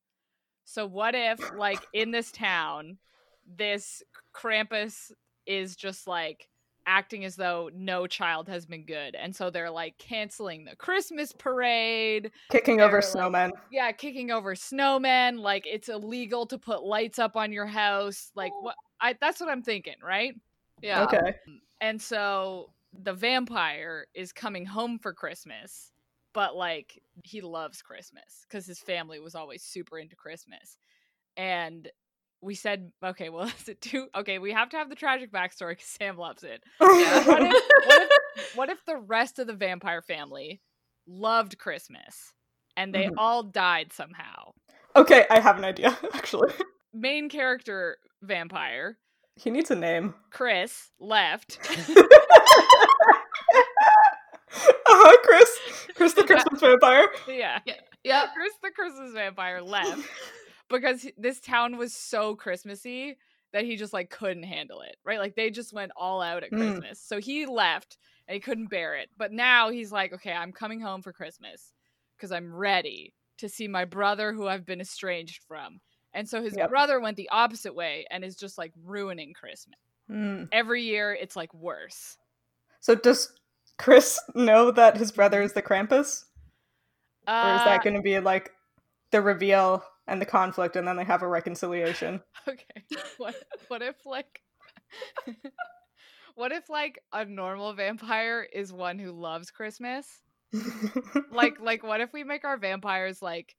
Speaker 1: So what if like in this town this Krampus is just like acting as though no child has been good and so they're like canceling the Christmas parade
Speaker 2: Kicking over
Speaker 1: they're
Speaker 2: snowmen.
Speaker 1: yeah, kicking over snowmen. Like it's illegal to put lights up on your house. Like what? I that's what I'm thinking, right?
Speaker 3: Yeah.
Speaker 2: Okay.
Speaker 1: And so the vampire is coming home for Christmas, but like he loves Christmas because his family was always super into Christmas. And we said, okay, well, *laughs* is it too? Okay, we have to have the tragic backstory because Sam loves it. What if,
Speaker 3: *laughs*
Speaker 1: what, if, what if the rest of the vampire family loved Christmas and they
Speaker 2: Mhm.
Speaker 1: all died somehow?
Speaker 2: *laughs* okay, I have an idea, *laughs* actually.
Speaker 1: Main character vampire,
Speaker 2: He needs a name.
Speaker 1: Chris, left. *laughs*
Speaker 2: *laughs* uh-huh, Chris. Chris the Christmas vampire.
Speaker 1: yeah.
Speaker 3: Yep.
Speaker 1: Chris the Christmas vampire left because he- this town was so Christmassy that he just like couldn't handle it, right? Like they just went all out at
Speaker 2: Mm.
Speaker 1: Christmas. So he left and he couldn't bear it. But now he's like, okay, I'm coming home for Christmas because I'm ready to see my brother who I've been estranged from. And so his
Speaker 2: Yep.
Speaker 1: brother went the opposite way and is just like ruining Christmas.
Speaker 2: Hmm.
Speaker 1: Every year it's like worse.
Speaker 2: So does Chris know that his brother is the Krampus? Or is
Speaker 1: Uh,
Speaker 2: that gonna be like the reveal and the conflict and then they have a reconciliation?
Speaker 1: *laughs*
Speaker 2: *laughs*
Speaker 1: Okay. What what if like *laughs* what if like a normal vampire is one who loves Christmas?
Speaker 2: *laughs*
Speaker 1: Like like what if we make our vampires like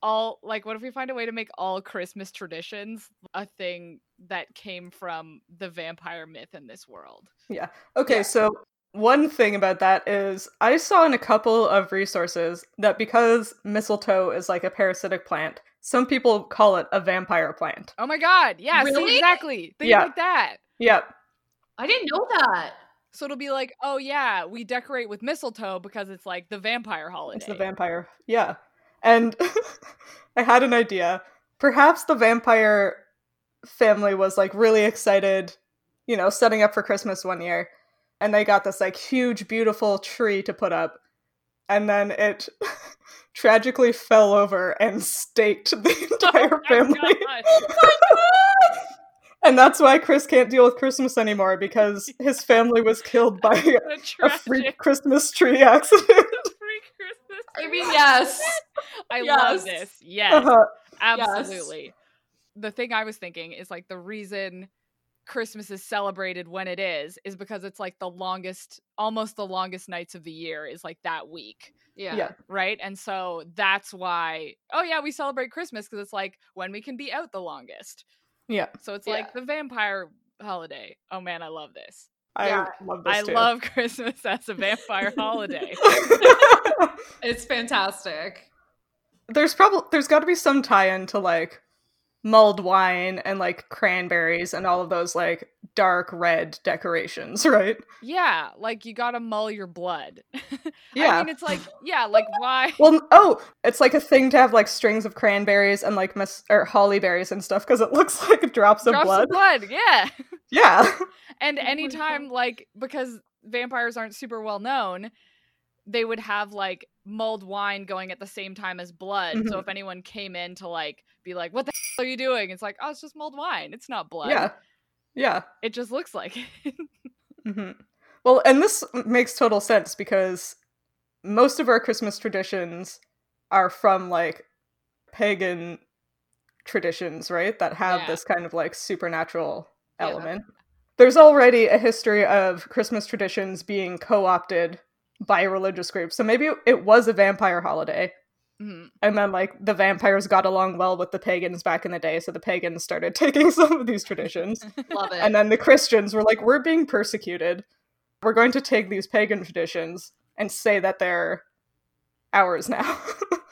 Speaker 1: all like what if we find a way to make all Christmas traditions a thing that came from the vampire myth in this world?
Speaker 2: Okay,
Speaker 3: Yeah.
Speaker 2: so one thing about that is I saw in a couple of resources that because mistletoe is like a parasitic plant, some people call it a vampire plant.
Speaker 1: Oh my god. Yeah, see,
Speaker 3: Really?
Speaker 1: exactly. Things
Speaker 2: Yeah.
Speaker 1: like that.
Speaker 2: Yep.
Speaker 3: I didn't know that.
Speaker 1: So it'll be like, oh yeah, we decorate with mistletoe because it's like the vampire holiday.
Speaker 2: It's the vampire. Yeah. And *laughs* I had an idea. Perhaps the vampire family was like really excited, you know, setting up for Christmas one year. And they got this like huge, beautiful tree to put up. And then it *laughs* tragically fell over and staked the *laughs* entire
Speaker 1: Oh my
Speaker 2: family.
Speaker 1: God.
Speaker 2: *laughs* And that's why Chris can't deal with Christmas anymore
Speaker 1: *laughs*
Speaker 2: because his family was killed by
Speaker 1: The
Speaker 2: *laughs* a
Speaker 1: tragic *laughs*
Speaker 2: freak Christmas tree accident.
Speaker 1: free Christmas.
Speaker 3: I
Speaker 1: tree.
Speaker 3: mean, yes.
Speaker 1: I love
Speaker 3: yes.
Speaker 1: this. Yes,
Speaker 2: Uh-huh.
Speaker 1: absolutely. The thing I was thinking is like the reason Christmas is celebrated when it is is because it's like the longest, almost the longest nights of the year is like that week,
Speaker 3: Yeah.
Speaker 2: Yeah.
Speaker 1: right? And so that's why, oh yeah, we celebrate Christmas because it's like when we can be out the longest.
Speaker 2: Yeah.
Speaker 1: So it's
Speaker 3: Yeah.
Speaker 1: like the vampire holiday. Oh man, I love this.
Speaker 2: I
Speaker 3: Yeah,
Speaker 2: love this
Speaker 1: I
Speaker 2: too. *laughs*
Speaker 1: love *laughs* Christmas as a vampire holiday.
Speaker 3: It's fantastic.
Speaker 2: there's probably there's got to be some tie-in to like mulled wine and like cranberries and all of those like dark red decorations, *laughs* right?
Speaker 1: Yeah, like you gotta mull your blood. *laughs*
Speaker 2: Yeah.
Speaker 1: I mean, it's like, yeah, like why?
Speaker 2: Well, n- oh, it's like a thing to have like strings of cranberries and like mes- or holly berries and stuff because it looks *laughs* like drops of
Speaker 1: Drops
Speaker 2: blood.
Speaker 1: of blood, yeah.
Speaker 3: *laughs*
Speaker 2: Yeah,
Speaker 1: And
Speaker 3: Oh my
Speaker 1: anytime, like, because vampires aren't super well known, they would have like mulled wine going at the same time as blood.
Speaker 3: Mm-hmm.
Speaker 1: So
Speaker 2: Mhm.
Speaker 1: if anyone came in to like be like, what the *laughs* hell are you doing? It's like, oh, it's just mulled wine. It's not blood.
Speaker 2: *laughs* yeah, yeah.
Speaker 1: It just looks like it. *laughs*
Speaker 2: hmm Well, and this makes total sense because most of our Christmas traditions are from like pagan traditions, right? That have
Speaker 3: Yeah.
Speaker 2: this kind of like supernatural
Speaker 3: Yeah.
Speaker 2: element. There's already a history of Christmas traditions being co opted by religious groups. So maybe it was a vampire holiday.
Speaker 1: Mhm.
Speaker 2: And then, like, the vampires got along well with the pagans back in the day. So the pagans started *laughs* taking some of these traditions.
Speaker 3: Love it. *laughs*
Speaker 2: And then the Christians were like, we're being persecuted. We're going to take these pagan traditions and say that they're ours now. *laughs*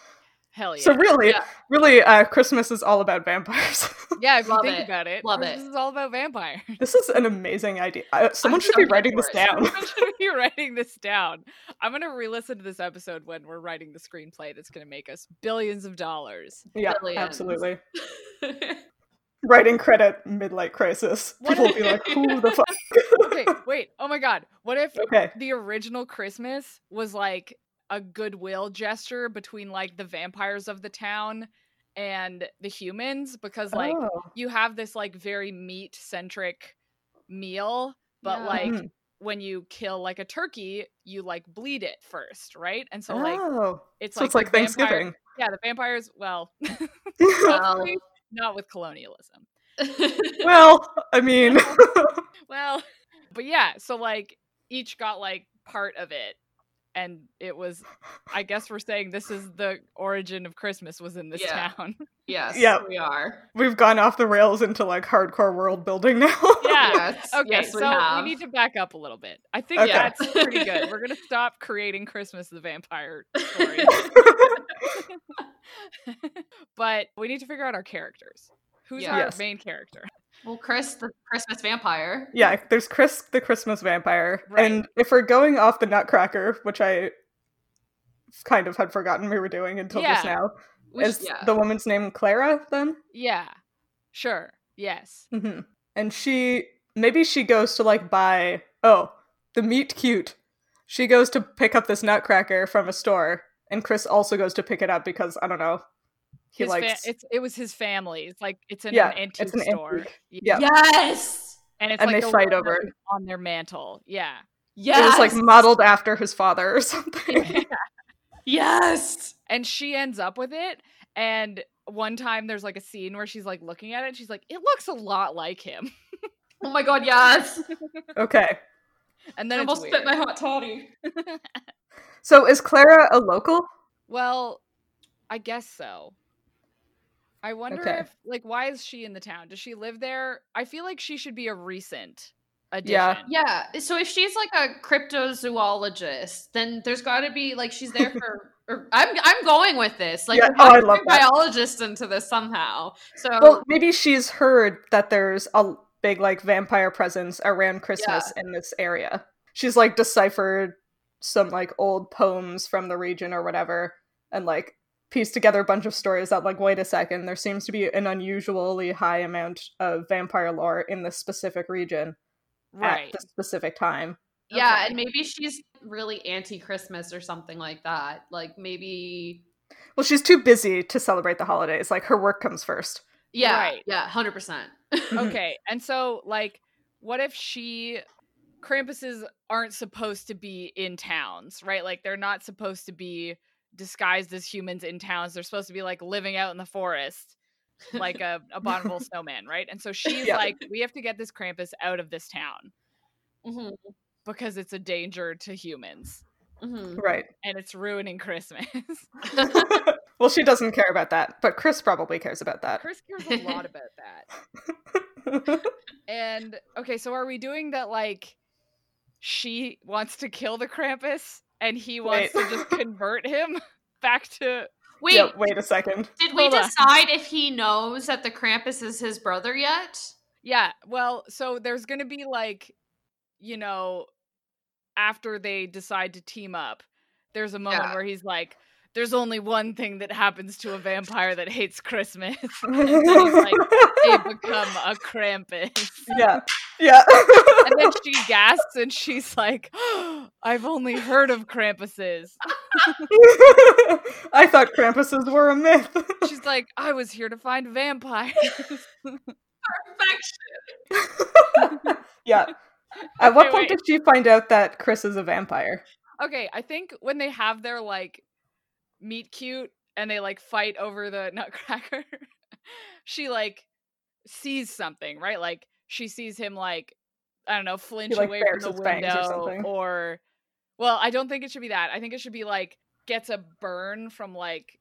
Speaker 1: Hell yeah.
Speaker 2: so really,
Speaker 3: Yeah.
Speaker 2: really, uh, Christmas is all about vampires. *laughs*
Speaker 1: yeah, if you
Speaker 3: Love
Speaker 1: think
Speaker 3: it.
Speaker 1: about it,
Speaker 3: Love
Speaker 1: this
Speaker 3: it.
Speaker 1: is all about
Speaker 3: *laughs*
Speaker 1: vampires. *laughs*
Speaker 2: this is an amazing idea. Uh, someone should
Speaker 3: so
Speaker 2: be
Speaker 3: here
Speaker 2: writing
Speaker 3: for
Speaker 2: this
Speaker 3: it.
Speaker 2: down.
Speaker 1: I should be writing this down. I'm gonna re-listen to this episode when we're writing the screenplay that's gonna make us billions of dollars.
Speaker 2: yeah,
Speaker 3: Brilliant.
Speaker 2: absolutely. Writing credit midlight crisis.
Speaker 1: *laughs* What
Speaker 2: People will
Speaker 1: if-
Speaker 2: be like, who the fuck?
Speaker 3: *laughs*
Speaker 1: Okay, wait. Oh my god. What if
Speaker 2: *laughs* Okay.
Speaker 1: the original Christmas was like a goodwill gesture between like the vampires of the town and the humans? Because like
Speaker 2: Oh.
Speaker 1: you have this like very meat centric meal, but
Speaker 3: Yeah.
Speaker 1: like
Speaker 2: Mhm.
Speaker 1: when you kill like a turkey, you like bleed it first, right? And so like
Speaker 2: Oh.
Speaker 1: it's
Speaker 2: so
Speaker 1: like
Speaker 2: it's like
Speaker 1: the vampire-
Speaker 2: Thanksgiving.
Speaker 1: yeah, the vampires.
Speaker 2: *laughs*
Speaker 1: Well, *laughs*
Speaker 3: Wow.
Speaker 1: not with colonialism.
Speaker 2: well, I mean,
Speaker 1: Well, *laughs* but yeah, so like each got like part of it. And it was, I guess we're saying this is the origin of Christmas was in this
Speaker 3: Yeah.
Speaker 1: town.
Speaker 3: *laughs*
Speaker 1: *laughs*
Speaker 3: yes,
Speaker 2: Yeah.
Speaker 3: we are.
Speaker 2: we've gone off the rails into like hardcore world building now. *laughs*
Speaker 1: Yeah.
Speaker 3: Yes.
Speaker 1: Okay,
Speaker 3: yes, we
Speaker 1: so
Speaker 3: have.
Speaker 1: we need to back up a little bit. I think
Speaker 2: Okay.
Speaker 1: that's pretty good.
Speaker 2: *laughs*
Speaker 1: We're gonna stop creating Christmas the vampire story, *laughs* but we need to figure out our characters. Who's
Speaker 3: Yeah.
Speaker 1: our
Speaker 2: Yes.
Speaker 1: main character? *laughs*
Speaker 3: well, Chris, the Christmas vampire.
Speaker 2: yeah, there's Chris the Christmas vampire.
Speaker 1: Right.
Speaker 2: And if we're going off the Nutcracker, which I kind of had forgotten we were doing until just
Speaker 1: Yeah.
Speaker 2: now,
Speaker 3: We should-
Speaker 2: is the woman's name Clara then?
Speaker 1: Yeah, sure, yes,
Speaker 2: Mm-hmm. And she, maybe she goes to like buy, oh, the meat cute. She goes to pick up this Nutcracker from a store, and Chris also goes to pick it up because, I don't know, he
Speaker 1: His fa-
Speaker 2: likes.
Speaker 1: it's it was his family. It's like it's in
Speaker 2: Yeah,
Speaker 1: an
Speaker 2: it's
Speaker 1: antique
Speaker 2: an
Speaker 1: store.
Speaker 2: antique.
Speaker 1: Yeah.
Speaker 2: yeah.
Speaker 3: Yes.
Speaker 1: and it's
Speaker 2: And
Speaker 1: like
Speaker 2: they
Speaker 1: the one
Speaker 2: fight
Speaker 1: that
Speaker 2: over it.
Speaker 1: was on their mantle. Yeah,
Speaker 2: *laughs* It
Speaker 3: Yes.
Speaker 2: was like modeled after his father
Speaker 1: *laughs*
Speaker 2: or *laughs* something.
Speaker 3: yes.
Speaker 1: and she ends up with it. And one time, there's like a scene where she's like looking at it. And she's like, "It looks a lot like him." *laughs*
Speaker 3: Oh my god, yes.
Speaker 2: okay.
Speaker 1: And
Speaker 3: I
Speaker 1: then it's
Speaker 3: almost
Speaker 1: weird.
Speaker 3: spit my hot toddy.
Speaker 2: So is Clara a local?
Speaker 1: well, I guess so. I wonder
Speaker 2: Okay.
Speaker 1: if like why is she in the town? Does she live there? I feel like she should be a recent addition.
Speaker 2: Yeah.
Speaker 3: Yeah. So if she's like a cryptozoologist, then there's got to be like she's there for. Or, I'm I'm going with this. Like
Speaker 2: Yeah,
Speaker 3: we have
Speaker 2: oh, I
Speaker 3: to
Speaker 2: love
Speaker 3: bring
Speaker 2: that.
Speaker 3: biologists into this somehow. So
Speaker 2: Well, maybe she's heard that there's a big like vampire presence around Christmas in this area. She's like deciphered some like old poems from the region or whatever and like pieced together a bunch of stories that like wait a second, there seems to be an unusually high amount of vampire lore in this specific region
Speaker 1: Right.
Speaker 2: at this specific time.
Speaker 3: yeah,
Speaker 1: okay.
Speaker 3: and maybe she's really anti-Christmas or something like that. Like maybe.
Speaker 2: Well, she's too busy to celebrate the holidays. Like her work comes first.
Speaker 3: Yeah.
Speaker 1: Right.
Speaker 3: Yeah. Hundred percent.
Speaker 2: Mhm.
Speaker 1: Okay. And so, like, what if she. Krampuses aren't supposed to be in towns, right? Like, they're not supposed to be disguised as humans in towns. They're supposed to be, like, living out in the forest, like a abominable snowman, right? And so she's
Speaker 2: Yeah.
Speaker 1: like, we have to get this Krampus out of this town
Speaker 3: hmm
Speaker 1: Mm-hmm, because it's a danger to humans mm-hmm.
Speaker 3: hmm
Speaker 2: Right.
Speaker 1: and it's ruining Christmas.
Speaker 2: well, she doesn't care about that, but Chris probably cares about
Speaker 1: *laughs*
Speaker 2: that. *laughs*
Speaker 1: Chris cares a lot about that. And okay, so are we doing that like she wants to kill the Krampus and he wants
Speaker 2: Wait.
Speaker 1: to just convert him *laughs* back to
Speaker 4: Wait,
Speaker 2: yeah, wait a second.
Speaker 4: did we
Speaker 1: hold on.
Speaker 4: decide if he knows that the Krampus is his brother yet?
Speaker 1: Yeah, well, so there's going to be like, you know, after they decide to team up, there's a moment
Speaker 4: Yeah.
Speaker 1: where he's like, there's only one thing that happens to a vampire that hates Christmas. like, they become a Krampus.
Speaker 2: *laughs* yeah,
Speaker 1: *laughs*
Speaker 2: yeah.
Speaker 1: And then she gasps and she's like, I've only heard of Krampuses.
Speaker 2: *laughs* I thought Krampuses were a myth. *laughs*
Speaker 1: She's like, I was here to find vampires.
Speaker 4: Perfection.
Speaker 2: yeah. At what
Speaker 1: Okay, wait.
Speaker 2: point did she find out that Chris is a vampire?
Speaker 1: Okay, I think when they have their like meet cute and they like fight over the *laughs* nutcracker, she like sees something, right? Like she sees him like I don't know, flinch
Speaker 2: like,
Speaker 1: away from
Speaker 2: bares
Speaker 1: the
Speaker 2: his fangs or
Speaker 1: window
Speaker 2: something.
Speaker 1: or well, I don't think it should be that. I think it should be like gets a burn from like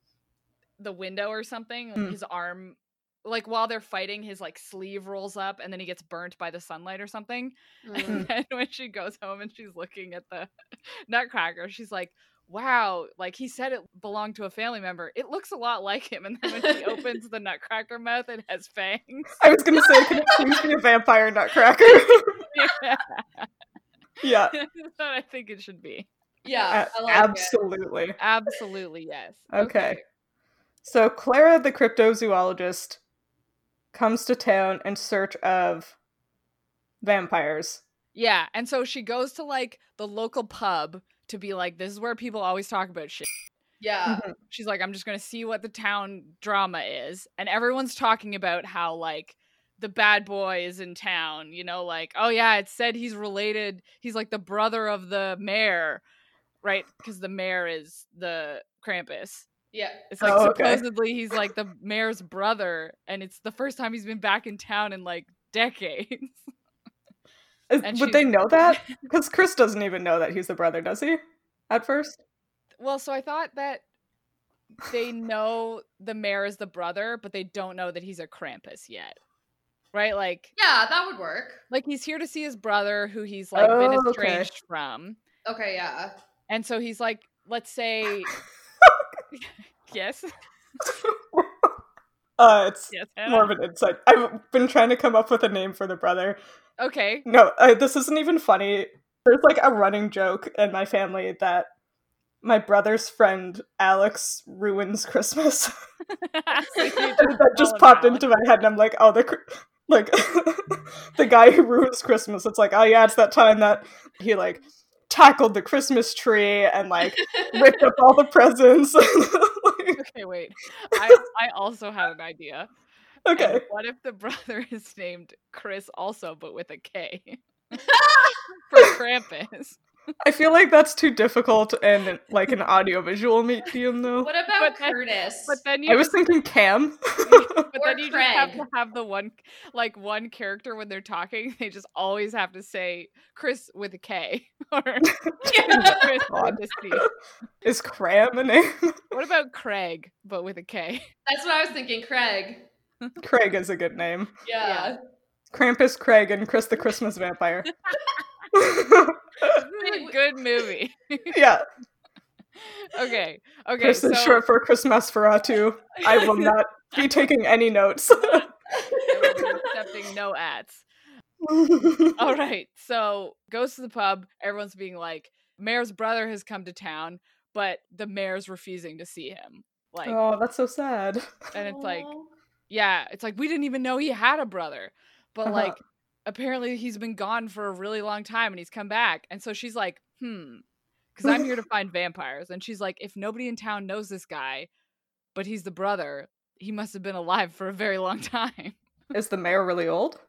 Speaker 1: the window or something.
Speaker 2: Mm.
Speaker 1: His arm like while they're fighting, his like sleeve rolls up and then he gets burnt by the sunlight or something.
Speaker 3: Mm.
Speaker 1: *laughs* And then when she goes home and she's looking at the *laughs* nutcracker, she's like, wow, like he said it belonged to a family member. It looks a lot like him. And then when she opens the nutcracker mouth, it has fangs. *laughs*
Speaker 2: I was gonna say, can it please be a vampire nutcracker?
Speaker 1: Yeah,
Speaker 2: *laughs*
Speaker 1: *laughs*
Speaker 2: yeah,
Speaker 1: That's what I think it should be.
Speaker 3: *laughs* Yeah,
Speaker 2: a-
Speaker 3: I like it.
Speaker 2: absolutely.
Speaker 1: Absolutely, yes.
Speaker 2: Okay. So Clara, the cryptozoologist, comes to town in search of vampires.
Speaker 1: Yeah. And so she goes to like the local pub to be like, this is where people always talk about shit.
Speaker 2: Mm-hmm.
Speaker 3: Yeah.
Speaker 1: she's like i'm just going to see what the town drama is and everyone's talking about how like the bad boy is in town you know like oh yeah it said he's related he's like the brother of the mayor right because the mayor is the krampus
Speaker 3: Yeah.
Speaker 1: it's like
Speaker 2: Oh, okay.
Speaker 1: supposedly he's like the mayor's brother and it's the first time he's been back in town in like decades *laughs*
Speaker 2: Is-
Speaker 1: And
Speaker 2: would
Speaker 1: she's-
Speaker 2: they know
Speaker 1: *laughs*
Speaker 2: that? Because Chris doesn't even know that he's the brother, does he? At first,
Speaker 1: well so i thought that they know the mayor is the brother but they don't know that he's a krampus yet right like
Speaker 3: Yeah, that would work.
Speaker 1: like he's here to see his brother who he's like been
Speaker 2: Oh, okay.
Speaker 1: estranged from
Speaker 3: Okay, yeah.
Speaker 1: and so he's like let's
Speaker 2: *laughs*
Speaker 1: say yes
Speaker 2: uh, it's
Speaker 1: yes
Speaker 2: more
Speaker 1: Hannah.
Speaker 2: of an insight. I've been trying to come up with a name for the brother.
Speaker 1: *laughs* okay *laughs*
Speaker 2: No, uh, this isn't even funny. There's like a running joke in my family that my brother's friend Alex ruins Christmas. *laughs*
Speaker 1: So you just
Speaker 2: And that just
Speaker 1: call him
Speaker 2: popped
Speaker 1: Alex.
Speaker 2: into my head, and I'm like, oh, the cr- like *laughs* the guy who ruins Christmas. It's like, oh yeah, it's that time that he like tackled the Christmas tree and like ripped up all the presents. *laughs* Like,
Speaker 1: okay wait I, I also had an idea And
Speaker 2: okay,
Speaker 1: what if the brother *laughs* is named chris also but with a
Speaker 2: *laughs*
Speaker 1: k *laughs* for krampus
Speaker 2: I feel like that's too difficult and like an audiovisual medium though.
Speaker 4: What about
Speaker 1: But that-
Speaker 4: Curtis?
Speaker 1: but then you
Speaker 2: I was thinking Cam.
Speaker 1: But then
Speaker 4: Or
Speaker 1: you just have
Speaker 4: Craig.
Speaker 1: to have the one, like one character when they're talking, they just always have to say Chris with a K *laughs*
Speaker 2: *laughs*
Speaker 1: or Chris
Speaker 2: Oh God.
Speaker 1: with a C.
Speaker 2: Is Cram a name? *laughs*
Speaker 1: What about Craig, but with a K? *laughs*
Speaker 3: That's what I was thinking, Craig.
Speaker 2: Craig is a good name.
Speaker 3: Yeah.
Speaker 2: Krampus, Craig, and Chris the
Speaker 1: *laughs*
Speaker 2: Christmas Vampire.
Speaker 1: This is a good movie. *laughs*
Speaker 2: yeah,
Speaker 1: Okay, okay.
Speaker 2: Chris
Speaker 1: So,
Speaker 2: is short for Christmas Feratu. I
Speaker 1: *laughs*
Speaker 2: will not be taking any notes. *laughs*
Speaker 1: I will be accepting no ads. All right. So goes to the pub. Everyone's being like, Mayor's brother has come to town, but the mayor's refusing to see him. Like,
Speaker 2: oh, that's so sad.
Speaker 1: and it's like,
Speaker 3: Aw.
Speaker 1: Yeah, it's like we didn't even know he had a brother. But
Speaker 2: Uh-huh.
Speaker 1: like apparently he's been gone for a really long time and he's come back. And so she's like, "Hmm, cuz I'm *laughs* here to find vampires." And she's like, "If nobody in town knows this guy, but he's the brother, he must have been alive for a very long time."
Speaker 2: Is the mayor really old?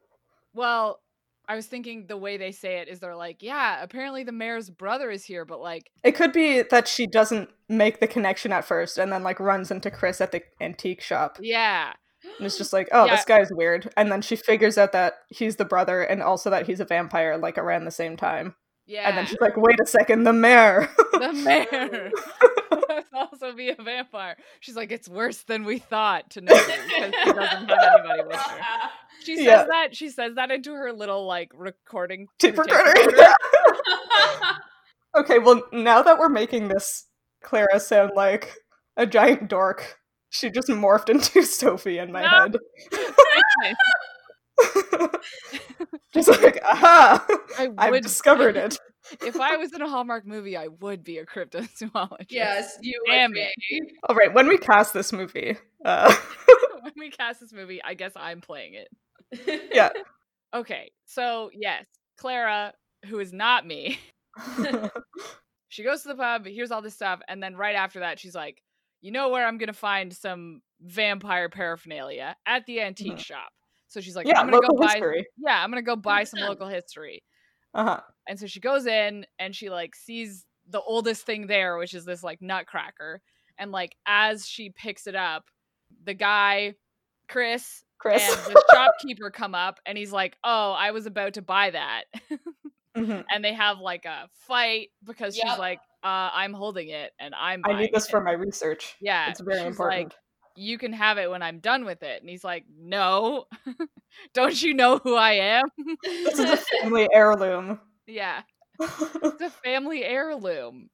Speaker 1: Well, I was thinking the way they say it is they're like, "Yeah, apparently the mayor's brother is here, but like
Speaker 2: It could be that she doesn't make the connection at first and then like runs into Chris at the antique shop
Speaker 1: yeah,
Speaker 2: and is
Speaker 3: *laughs*
Speaker 2: just like, oh,
Speaker 1: Yeah.
Speaker 2: this guy's weird. And then she figures out that he's the brother and also that he's a vampire like around the same time.
Speaker 1: yeah."
Speaker 2: And then she's like, wait a second, the mayor. *laughs*
Speaker 1: the mayor *laughs* must also be a vampire. She's like, it's worse than we thought to know you," because she doesn't have anybody with *laughs* her. She says
Speaker 2: Yeah.
Speaker 1: that she says that into her little like recording
Speaker 2: Tape
Speaker 1: her
Speaker 2: recorder. *laughs* okay, well, now that we're making this Clara sound like a giant dork. She just morphed into *laughs* Sophie in my
Speaker 1: No.
Speaker 2: head.
Speaker 1: *laughs*
Speaker 2: *laughs* just like, aha! *laughs*
Speaker 1: I
Speaker 2: I've
Speaker 1: would-
Speaker 2: discovered it.
Speaker 1: *laughs* if I was in a Hallmark movie, I would be a cryptozoologist.
Speaker 3: Yes, you
Speaker 1: Damn
Speaker 3: and
Speaker 1: it.
Speaker 3: me.
Speaker 2: All right, when we cast this movie,
Speaker 1: *laughs*
Speaker 2: uh,
Speaker 1: *laughs* when we cast this movie, I guess I'm playing it.
Speaker 3: *laughs*
Speaker 2: yeah.
Speaker 1: Okay, so yes, Clara, who is not me, she goes to the pub, hears all this stuff, and then right after that, she's like, you know where I'm gonna find some vampire paraphernalia at the antique
Speaker 2: Mhm.
Speaker 1: shop. So she's like,
Speaker 2: *laughs* yeah,
Speaker 1: I'm gonna go
Speaker 2: local
Speaker 1: buy
Speaker 2: history. Mm-hmm.
Speaker 1: Yeah, I'm gonna go buy some
Speaker 3: Yeah.
Speaker 1: local history.
Speaker 2: Uh-huh.
Speaker 1: And so she goes in and she like sees the oldest thing there, which is this like nutcracker. And like as she picks it up, the guy, Chris, and
Speaker 2: Chris. *laughs*
Speaker 1: the shopkeeper come up and he's like, Oh, I was about to buy that.
Speaker 2: Mhm.
Speaker 1: and they have like a fight because she's
Speaker 3: Yep.
Speaker 1: like, uh, I'm holding it and I'm
Speaker 2: I
Speaker 1: buying
Speaker 2: need this
Speaker 1: it."
Speaker 2: for my research.
Speaker 1: Yeah.
Speaker 2: it's very
Speaker 1: she's
Speaker 2: important.
Speaker 1: Like, you can have it when I'm done with it. And he's like, No. *laughs* Don't you know who I am? *laughs*
Speaker 2: This is a family heirloom. *laughs*
Speaker 1: yeah. it's a family heirloom.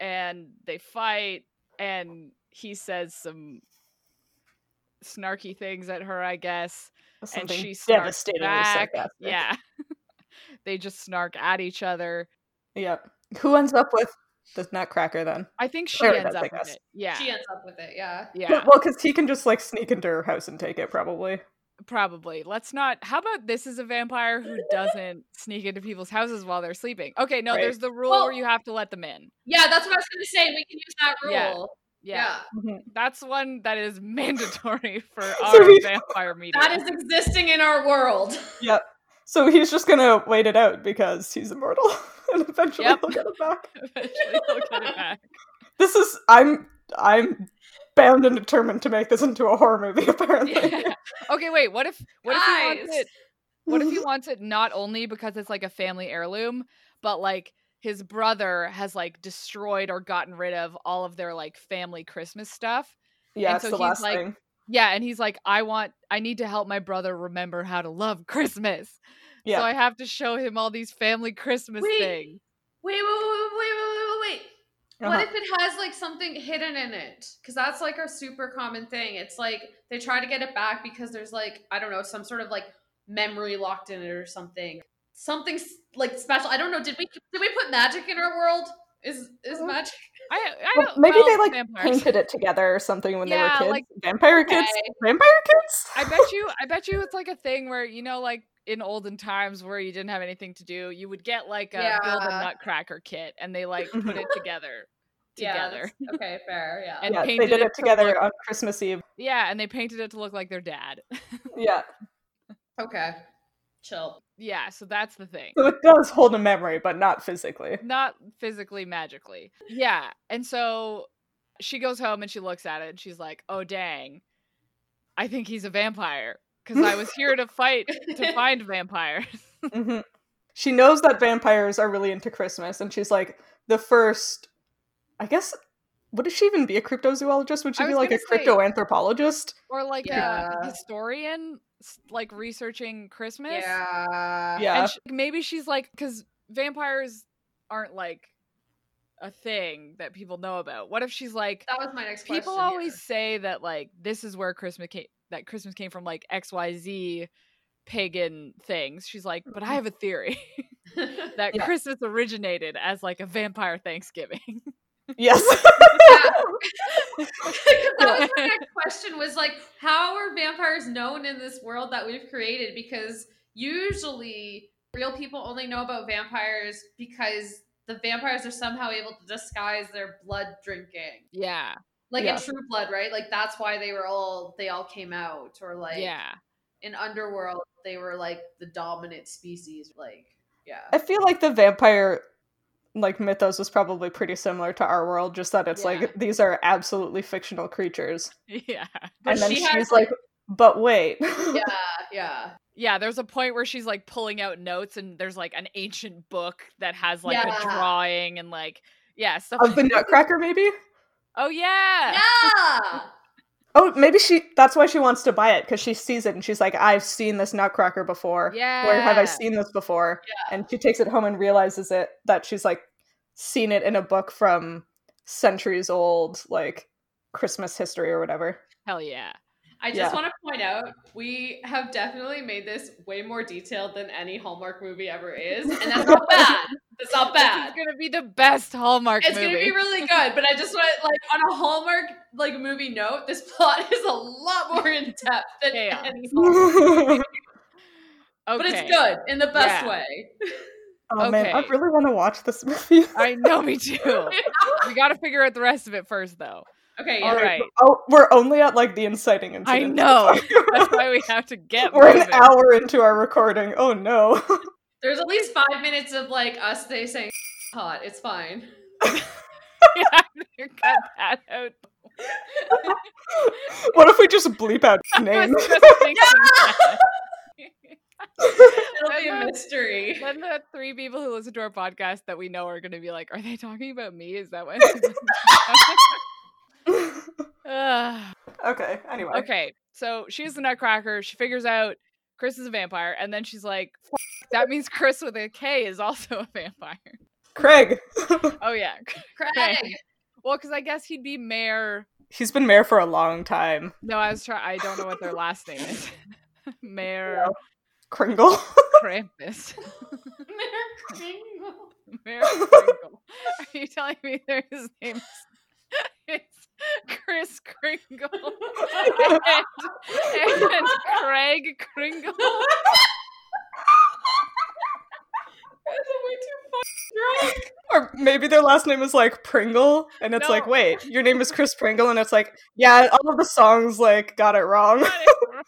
Speaker 1: And they fight, and he says some snarky things at her, I guess.
Speaker 2: Something
Speaker 1: and she snarks
Speaker 2: devastatingly
Speaker 1: back.
Speaker 2: sarcastic.
Speaker 1: Yeah. *laughs* they just snark at each other.
Speaker 2: Yep. Who ends up with the nutcracker then? *laughs*
Speaker 1: I think she
Speaker 2: Clara
Speaker 1: ends
Speaker 2: does,
Speaker 1: up
Speaker 2: I
Speaker 1: with
Speaker 2: guess.
Speaker 1: it. Yeah.
Speaker 3: She ends up with it, yeah.
Speaker 1: yeah,
Speaker 2: Well, because he can just like sneak into her house and take it, probably.
Speaker 1: probably. Let's not. How about this is a vampire who doesn't sneak into people's houses while they're sleeping? Okay, no,
Speaker 2: Right.
Speaker 1: there's the rule where
Speaker 3: Well-
Speaker 1: you have to let them in.
Speaker 3: Yeah, that's what I was gonna say. We can use that
Speaker 1: Yeah.
Speaker 3: rule.
Speaker 1: Yeah, that's one that is *laughs* mandatory
Speaker 3: *laughs*
Speaker 1: for
Speaker 2: So
Speaker 1: our
Speaker 2: we-
Speaker 1: vampire meeting.
Speaker 3: That is existing in our world.
Speaker 2: Yep. So he's just gonna wait it out because he's immortal, *laughs* and eventually
Speaker 1: Yep.
Speaker 2: he'll get it back.
Speaker 1: *laughs* Eventually, they'll get it
Speaker 3: *laughs*
Speaker 1: back.
Speaker 2: This is I'm I'm bound and determined to make this into a horror movie. *laughs* Apparently,
Speaker 3: Yeah.
Speaker 1: Okay, wait. What if what if he wants
Speaker 3: Guys.
Speaker 1: it? What
Speaker 3: *laughs*
Speaker 1: if he wants it not only because it's like a family heirloom, but like his brother has like destroyed or gotten rid of all of their like family Christmas stuff.
Speaker 2: *laughs* yeah,
Speaker 1: And
Speaker 2: it's
Speaker 1: so
Speaker 2: the
Speaker 1: he's
Speaker 2: last
Speaker 1: like-
Speaker 2: thing.
Speaker 1: Yeah, and he's like, I want, I need to help my brother remember how to love Christmas.
Speaker 2: Yeah,
Speaker 1: So I have to show him all these family Christmas
Speaker 3: Wait.
Speaker 1: things.
Speaker 3: Wait, wait, wait, wait, wait, wait, wait.
Speaker 2: uh-huh.
Speaker 3: What if it has like something hidden in it? Because that's like a super common thing. It's like they try to get it back because there's like, I don't know, some sort of like memory locked in it or something. Something s- like special. I don't know. Did we did we put magic in our world? Is is
Speaker 2: Uh,
Speaker 3: magic?
Speaker 1: I, I
Speaker 2: Well,
Speaker 1: don't,
Speaker 2: maybe
Speaker 1: well,
Speaker 2: they like
Speaker 1: vampires.
Speaker 2: painted it together or something when
Speaker 1: Yeah,
Speaker 2: they were kids.
Speaker 1: like-
Speaker 2: vampire kids,
Speaker 3: Okay.
Speaker 2: vampire kids.
Speaker 1: I bet you I bet you it's like a thing where you know like in olden times where you didn't have anything to do, you would get like a build a
Speaker 3: Yeah.
Speaker 1: nutcracker kit and they like put
Speaker 2: *laughs*
Speaker 1: it together
Speaker 3: Yeah,
Speaker 1: together.
Speaker 3: that's- okay, fair. Yeah.
Speaker 1: and
Speaker 2: yeah, they
Speaker 1: painted
Speaker 2: did
Speaker 1: it
Speaker 2: it
Speaker 1: to
Speaker 2: together
Speaker 1: look-
Speaker 2: on Christmas Eve.
Speaker 1: Yeah, and they painted it to look like their dad.
Speaker 2: Yeah,
Speaker 3: okay. Chill.
Speaker 1: yeah, so that's the thing.
Speaker 2: so it does hold a memory, but not
Speaker 1: *laughs*
Speaker 2: physically.
Speaker 1: Not physically magically. Yeah. And so she goes home and she looks at it and she's like, "Oh dang. I think he's a vampire cuz I was here to
Speaker 3: *laughs*
Speaker 1: fight to find vampires."
Speaker 2: hmm She knows that vampires are really into Christmas, and she's like the first. I guess would she even be a cryptozoologist? Would she
Speaker 1: I
Speaker 2: be
Speaker 1: was
Speaker 2: like a
Speaker 1: gonna say- *laughs*
Speaker 2: cryptoanthropologist?
Speaker 1: or like a
Speaker 3: Yeah.
Speaker 1: historian s- like researching christmas
Speaker 3: Yeah.
Speaker 2: Yeah.
Speaker 1: and sh maybe she's like because vampires aren't like a thing that people know about what if she's like
Speaker 3: That was my next question.
Speaker 1: people always
Speaker 3: *laughs*
Speaker 1: say that like this is where christmas came that christmas came from like xyz pagan things she's like but i
Speaker 3: Mm-hmm.
Speaker 1: have a theory *laughs*
Speaker 3: here. *laughs*
Speaker 1: that
Speaker 2: Yeah.
Speaker 1: christmas originated as like a vampire thanksgiving *laughs*
Speaker 2: Yes. *laughs*
Speaker 3: that was my next question was like how are vampires known in this world that we've created because usually real people only know about vampires because the vampires are somehow able to disguise their blood drinking
Speaker 1: yeah
Speaker 3: like
Speaker 2: Yeah.
Speaker 3: in true blood right like that's why they were all they all came out or like
Speaker 1: yeah
Speaker 3: in underworld they were like the dominant species like
Speaker 2: *laughs*
Speaker 3: yeah
Speaker 2: I feel like the vampire like mythos is probably pretty similar to our world, just that it's
Speaker 1: Yeah.
Speaker 2: like these are absolutely fictional creatures,
Speaker 1: yeah
Speaker 2: and then
Speaker 3: she
Speaker 2: she's
Speaker 3: has,
Speaker 2: like, "But
Speaker 1: *laughs*
Speaker 2: wait,
Speaker 3: yeah yeah
Speaker 1: Yeah, there's a point where she's like pulling out notes and there's like an ancient book that has like
Speaker 3: Yeah.
Speaker 1: a drawing and like yeah, stuff
Speaker 2: of
Speaker 1: like
Speaker 2: the Nutcracker, maybe."
Speaker 1: Oh yeah.
Speaker 3: yeah
Speaker 2: Oh, maybe she. That's why she wants to buy it because she sees it and she's like, "I've seen this Nutcracker before. Where have I
Speaker 1: Yeah.
Speaker 2: seen this before?" And she takes it home and realizes it that she's like seen it in a book from centuries old, like Christmas history
Speaker 1: *laughs*
Speaker 2: or whatever.
Speaker 1: Hell yeah.
Speaker 3: I
Speaker 2: Yeah.
Speaker 3: just want to point out we have definitely made this way more detailed than any Hallmark movie ever is, and
Speaker 1: *laughs*
Speaker 3: that's not bad. That's not bad.
Speaker 1: It's gonna be the best Hallmark
Speaker 3: It's
Speaker 1: movie.
Speaker 3: gonna be really good, but I just want like on a Hallmark like movie note, this plot is a lot more in depth than
Speaker 1: Chaos.
Speaker 3: any Hallmark.
Speaker 2: Oh,
Speaker 1: okay.
Speaker 3: But it's good in the best
Speaker 1: Yeah.
Speaker 3: way.
Speaker 2: Oh man, I
Speaker 1: Okay.
Speaker 2: really want to watch this movie.
Speaker 1: *laughs* I know me too. we gotta figure out the rest of it first though.
Speaker 3: Okay, yeah.
Speaker 1: All right.
Speaker 2: *laughs* Oh, we're only at like the inciting incident.
Speaker 1: I know. *laughs* That's why we have to get
Speaker 2: we're an
Speaker 1: moving.
Speaker 2: hour into our recording. Oh no. *laughs*
Speaker 3: There's at least five minutes of like us they saying hot. It's
Speaker 1: *laughs*
Speaker 3: fine.
Speaker 1: *laughs* Yeah, Cut that out.
Speaker 2: what if we just bleep out
Speaker 1: *laughs* I
Speaker 2: names?
Speaker 1: was just thinking that. *laughs*
Speaker 3: It'll be a
Speaker 1: Hello.
Speaker 3: mystery.
Speaker 1: Then the three people who listen to our podcast that we know are going to be like, "Are they talking about me? Is that what?" *laughs* Ugh.
Speaker 2: *laughs* okay. Anyway.
Speaker 1: okay, so she's the Nutcracker. She figures out Chris is a vampire, and then she's like, "F- "That means Chris with a K is also a vampire."
Speaker 2: Craig.
Speaker 1: Oh yeah, *laughs*
Speaker 3: *laughs*
Speaker 4: Craig.
Speaker 1: well, because I guess he'd be Mayor.
Speaker 2: He's been mayor for a long time.
Speaker 1: No, I was trying. I don't know what their last name is. *laughs* Mayor
Speaker 2: Kringle.
Speaker 1: Krampus. *laughs*
Speaker 3: Kringle.
Speaker 1: Mayor Kringle. Are you telling me their his name is *laughs* it's Chris Kringle and, and Craig Kringle?
Speaker 2: *laughs*
Speaker 1: *laughs*
Speaker 2: or maybe their last name is like Pringle, and it's like,
Speaker 1: No.
Speaker 2: wait, your name is Chris Pringle, and it's like, yeah, all of the songs like got it wrong. *laughs*
Speaker 1: Got it wrong.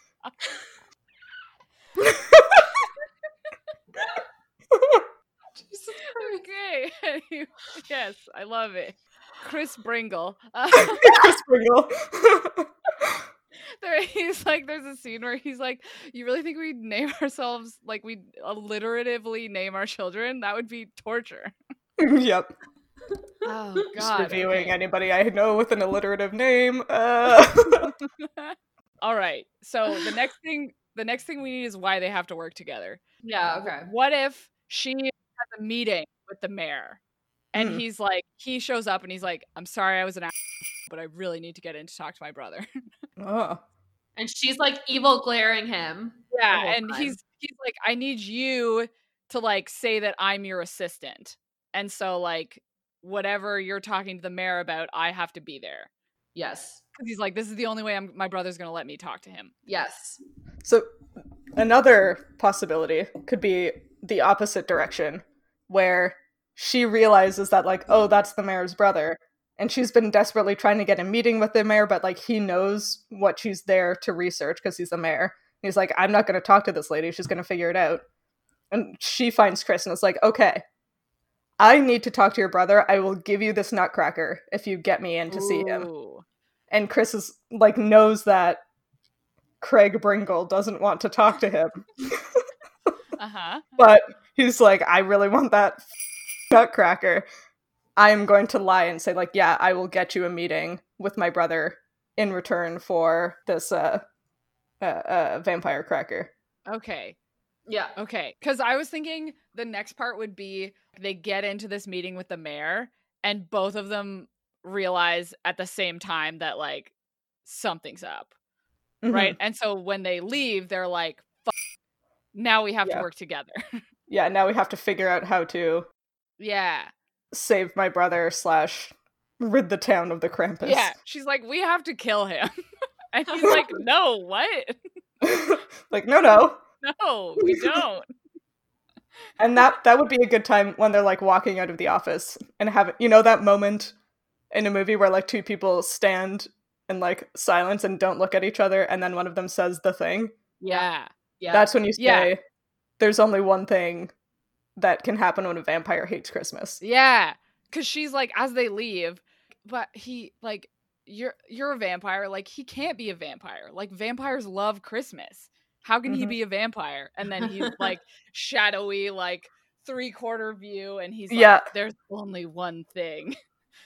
Speaker 1: okay. Anyway, yes, I love it. Chris Bringle. Uh, *laughs*
Speaker 2: Chris Pringle. *laughs*
Speaker 1: there, he's like, there's a scene where he's like, "You really think we'd name ourselves like we alliteratively name our children? That would be torture."
Speaker 2: yep.
Speaker 1: Oh
Speaker 2: Just
Speaker 1: God!
Speaker 2: reviewing
Speaker 1: okay.
Speaker 2: anybody I know with an alliterative name. Uh, *laughs*
Speaker 1: All right. So the next thing the next thing we need is why they have to work together.
Speaker 3: *laughs* Yeah, okay.
Speaker 1: What if she has a meeting with the mayor and
Speaker 2: Mm.
Speaker 1: he's like he shows up and he's like, I'm sorry I was an ass, but I really need to get in to talk to my brother. *laughs*
Speaker 2: oh.
Speaker 4: And she's like evil glaring him.
Speaker 1: Yeah.
Speaker 4: whole
Speaker 1: and
Speaker 4: time.
Speaker 1: he's he's like, I need you to like say that I'm your assistant. And so like whatever you're talking to the mayor about, I have to be there.
Speaker 3: Yes.
Speaker 1: 'Cause He's like, this is the only way I'm, my brother's gonna let me talk to him.
Speaker 3: Yes.
Speaker 2: So another possibility could be the opposite direction, where she realizes that like, oh, that's the mayor's brother. And she's been desperately trying to get a meeting with the mayor, but like he knows what she's there to research because he's the mayor. He's like, I'm not gonna talk to this lady, she's gonna figure it out. And she finds Chris and it's like, okay, I need to talk to your brother. I will give you this nutcracker if you get me in to see him
Speaker 1: Ooh.
Speaker 2: and Chris is like knows that Craig Bringle doesn't want to talk to him,
Speaker 1: Uh-huh.
Speaker 2: but he's like, I really want that *laughs* f- nutcracker. I am going to lie and say like, yeah, I will get you a meeting with my brother in return for this uh, uh, uh vampire cracker.
Speaker 1: Okay.
Speaker 3: Yeah.
Speaker 1: Okay. Because I was thinking the next part would be they get into this meeting with the mayor, and both of them realize at the same time that, like, something's up.
Speaker 2: Mhm.
Speaker 1: Right. And so when they leave, they're like, Fuck, now we have
Speaker 2: Yeah.
Speaker 1: to work together. *laughs*
Speaker 2: Yeah. Now we have to figure out how to
Speaker 1: yeah.
Speaker 2: save my brother slash rid the town of the Krampus.
Speaker 1: Yeah. She's like, we have to kill him. *laughs* and he's like, no, what? *laughs*
Speaker 2: *laughs* like no, no.
Speaker 1: No, we don't.
Speaker 2: and that that would be a good time when they're like walking out of the office and have you know that moment in a movie where like two people stand in like silence and don't look at each other and then one of them says the thing
Speaker 1: Yeah.
Speaker 3: Yeah.
Speaker 2: that's when you say
Speaker 1: Yeah.
Speaker 2: there's only one thing that can happen when a vampire hates christmas
Speaker 1: Yeah, cuz she's like as they leave, but he like you're you're a vampire, like he can't be a vampire. Like vampires love Christmas. How can he
Speaker 2: Mhm.
Speaker 1: be a vampire? And then he's
Speaker 2: *laughs*
Speaker 1: like shadowy like three quarter view and he's
Speaker 2: Yeah.
Speaker 1: like there's only one thing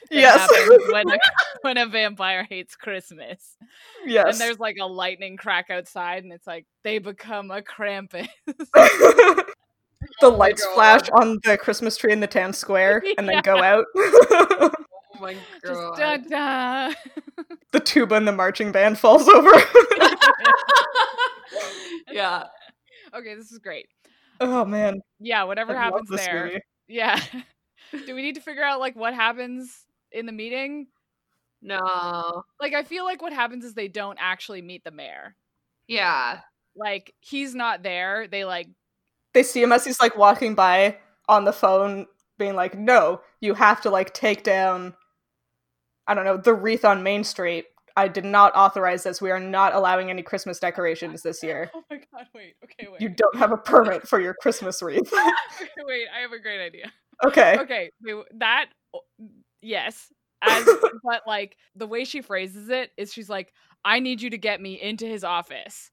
Speaker 1: *laughs* that
Speaker 2: yes
Speaker 1: happens when a, when a vampire hates Christmas.
Speaker 2: *laughs* yes
Speaker 1: And there's like a lightning crack outside and it's like they become a Krampus.
Speaker 2: *laughs*
Speaker 1: *laughs*
Speaker 2: the lights
Speaker 3: God.
Speaker 2: flash on the christmas tree in the
Speaker 1: *laughs*
Speaker 2: town square and then go out
Speaker 3: oh my god.
Speaker 1: Just dun dun.
Speaker 2: *laughs* the tuba and the marching band falls over. *laughs*
Speaker 4: yeah.
Speaker 1: *laughs* Okay, this is great.
Speaker 2: oh man,
Speaker 1: Yeah, whatever
Speaker 2: I love
Speaker 1: happens
Speaker 2: this
Speaker 1: there.
Speaker 2: movie.
Speaker 1: Yeah.
Speaker 2: *laughs*
Speaker 1: *laughs* Do we need to figure out like what happens in the meeting?
Speaker 4: No.
Speaker 1: Like I feel like what happens is they don't actually meet the mayor.
Speaker 4: Yeah.
Speaker 1: Like he's not there. They like
Speaker 2: They see him as he's like walking by on the phone, being like, "No, you have to like take down, I don't know, the wreath on Main Street." I did not authorize this. We are not allowing any Christmas decorations this year.
Speaker 1: *laughs* Oh my god, wait. Okay, wait. *laughs*
Speaker 2: You don't have a permit for your Christmas wreath. *laughs*
Speaker 1: Okay, wait, I have a great idea.
Speaker 2: okay.
Speaker 1: *laughs* Okay, wait, w- that o-
Speaker 2: *laughs*
Speaker 1: yes. As but like the way she phrases it is she's like, I need you to get me into his office.